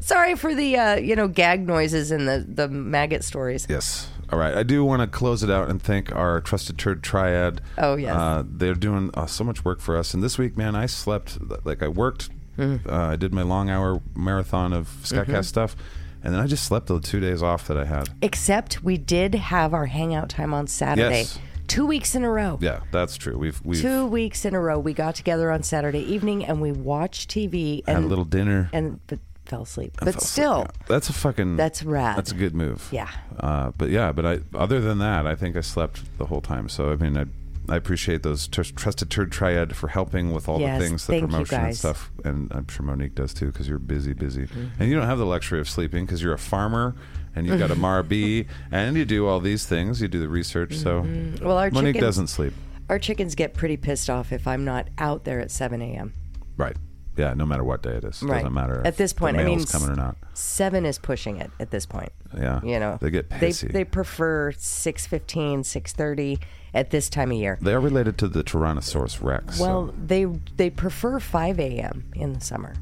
D: Sorry for the uh, you know gag noises and the the maggot stories.
A: Yes. All right. I do want to close it out and thank our trusted turd triad.
D: Oh, yes.
A: Uh, they're doing uh, so much work for us. And this week, man, I slept like I worked.
D: Mm.
A: Uh, I did my long hour marathon of Skycast
D: Mm-hmm.
A: stuff, and then I just slept the two days off that I had.
D: Except we did have our hangout time on Saturday,
A: Yes.
D: two weeks in a row.
A: Yeah, that's true. We've we've
D: Two weeks in a row, we got together on Saturday evening and we watched TV
A: had
D: and
A: a little dinner.
D: and but fell asleep. But
A: fell asleep,
D: still,
A: yeah. that's a fucking
D: that's rad.
A: That's a good move.
D: Yeah.
A: Uh, but yeah, but I other than that, I think I slept the whole time. So I mean, I I appreciate those tr- trusted turd triad for helping with all
D: Yes,
A: the things, the
D: thank you
A: promotion and
D: guys. Mm-hmm.
A: stuff, and I'm sure Monique does too because you're busy, busy, and you don't have the luxury of sleeping because you're a farmer and you've got a Mara bee and you do all these things. You do the research, so
D: Mm-hmm. Well, our
A: Monique
D: chickens,
A: doesn't sleep.
D: Our chickens get pretty pissed off if I'm not out there at 7 a.m.
A: Right. Yeah. No matter what day it is,
D: Right.
A: doesn't matter
D: At
A: if
D: this point,
A: the
D: I mean,
A: mail's coming or not.
D: Seven is pushing it at this point.
A: Yeah.
D: You know,
A: They get
D: They,
A: pissy.
D: they prefer 6:15, 6:30 at this time of year.
A: They are related to the Tyrannosaurus Rex. so-
D: Well, they they prefer 5 a.m. in the summer,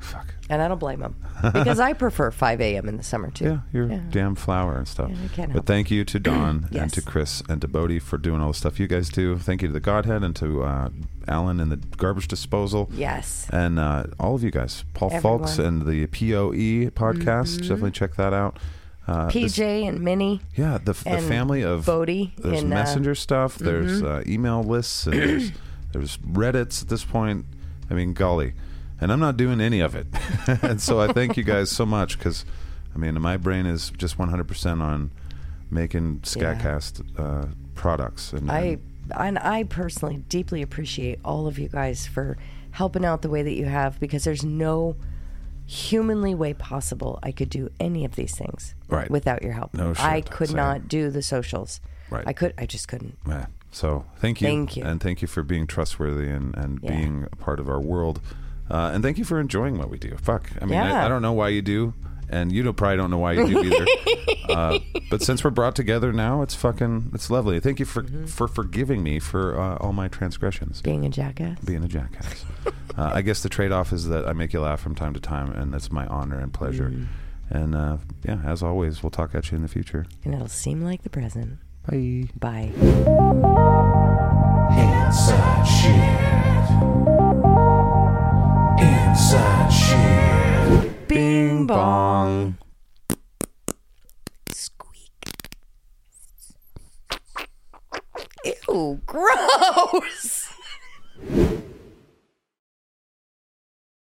A: fuck.
D: and I don't blame them because I prefer 5 a.m. in the summer too.
A: Yeah, you're a damn flower and stuff.
D: I can't
A: but
D: help
A: thank you to Don and
D: Yes.
A: to Chris and to Bodie for doing all the stuff you guys do. Thank you to the Godhead and to uh, Alan and the garbage disposal.
D: Yes.
A: And uh, all of you guys, Paul
D: Everyone. Mm-hmm.
A: Falks and the POE podcast. Definitely check that out. Uh, this-
D: PJ and Minnie.
A: yeah, the, the
D: and
A: family of
D: Bodhi
A: There's
D: and, uh,
A: messenger stuff. There's uh, email lists. And there's there's Reddit's at this point. I mean, golly, and I'm not doing any of it. and so I thank you guys so much because, I mean, my brain is just 100% on making Scatcast uh, products. And,
D: I
A: and
D: and I personally deeply appreciate all of you guys for helping out the way that you have because there's no humanly way possible I could do any of these things
A: Right.
D: without your help.
A: No shit.
D: I could
A: Same.
D: not do the socials.
A: Right.
D: I could I just couldn't.
A: yeah. so thank you,
D: Thank you.
A: and thank you for being trustworthy and and
D: Yeah.
A: being a part of our world. Uh, and thank you for enjoying what we do. Fuck, I mean, I,
D: Yeah.
A: I don't know why you do, and you don't, probably don't know why you do either. Uh, but since we're brought together now, it's fucking, it's lovely. Thank you for
D: Mm-hmm.
A: for forgiving me for uh, all my transgressions,
D: Being a jackass.
A: being a jackass. uh, I guess the trade off is that I make you laugh from time to time, and that's my honor and pleasure.
D: Mm.
A: And uh, yeah, as always, we'll talk at you in the future.
D: And it'll seem like the present.
A: Bye.
D: Bye.
C: Inside shit. Inside shit.
D: Bing bong. Squeak. Ew, gross.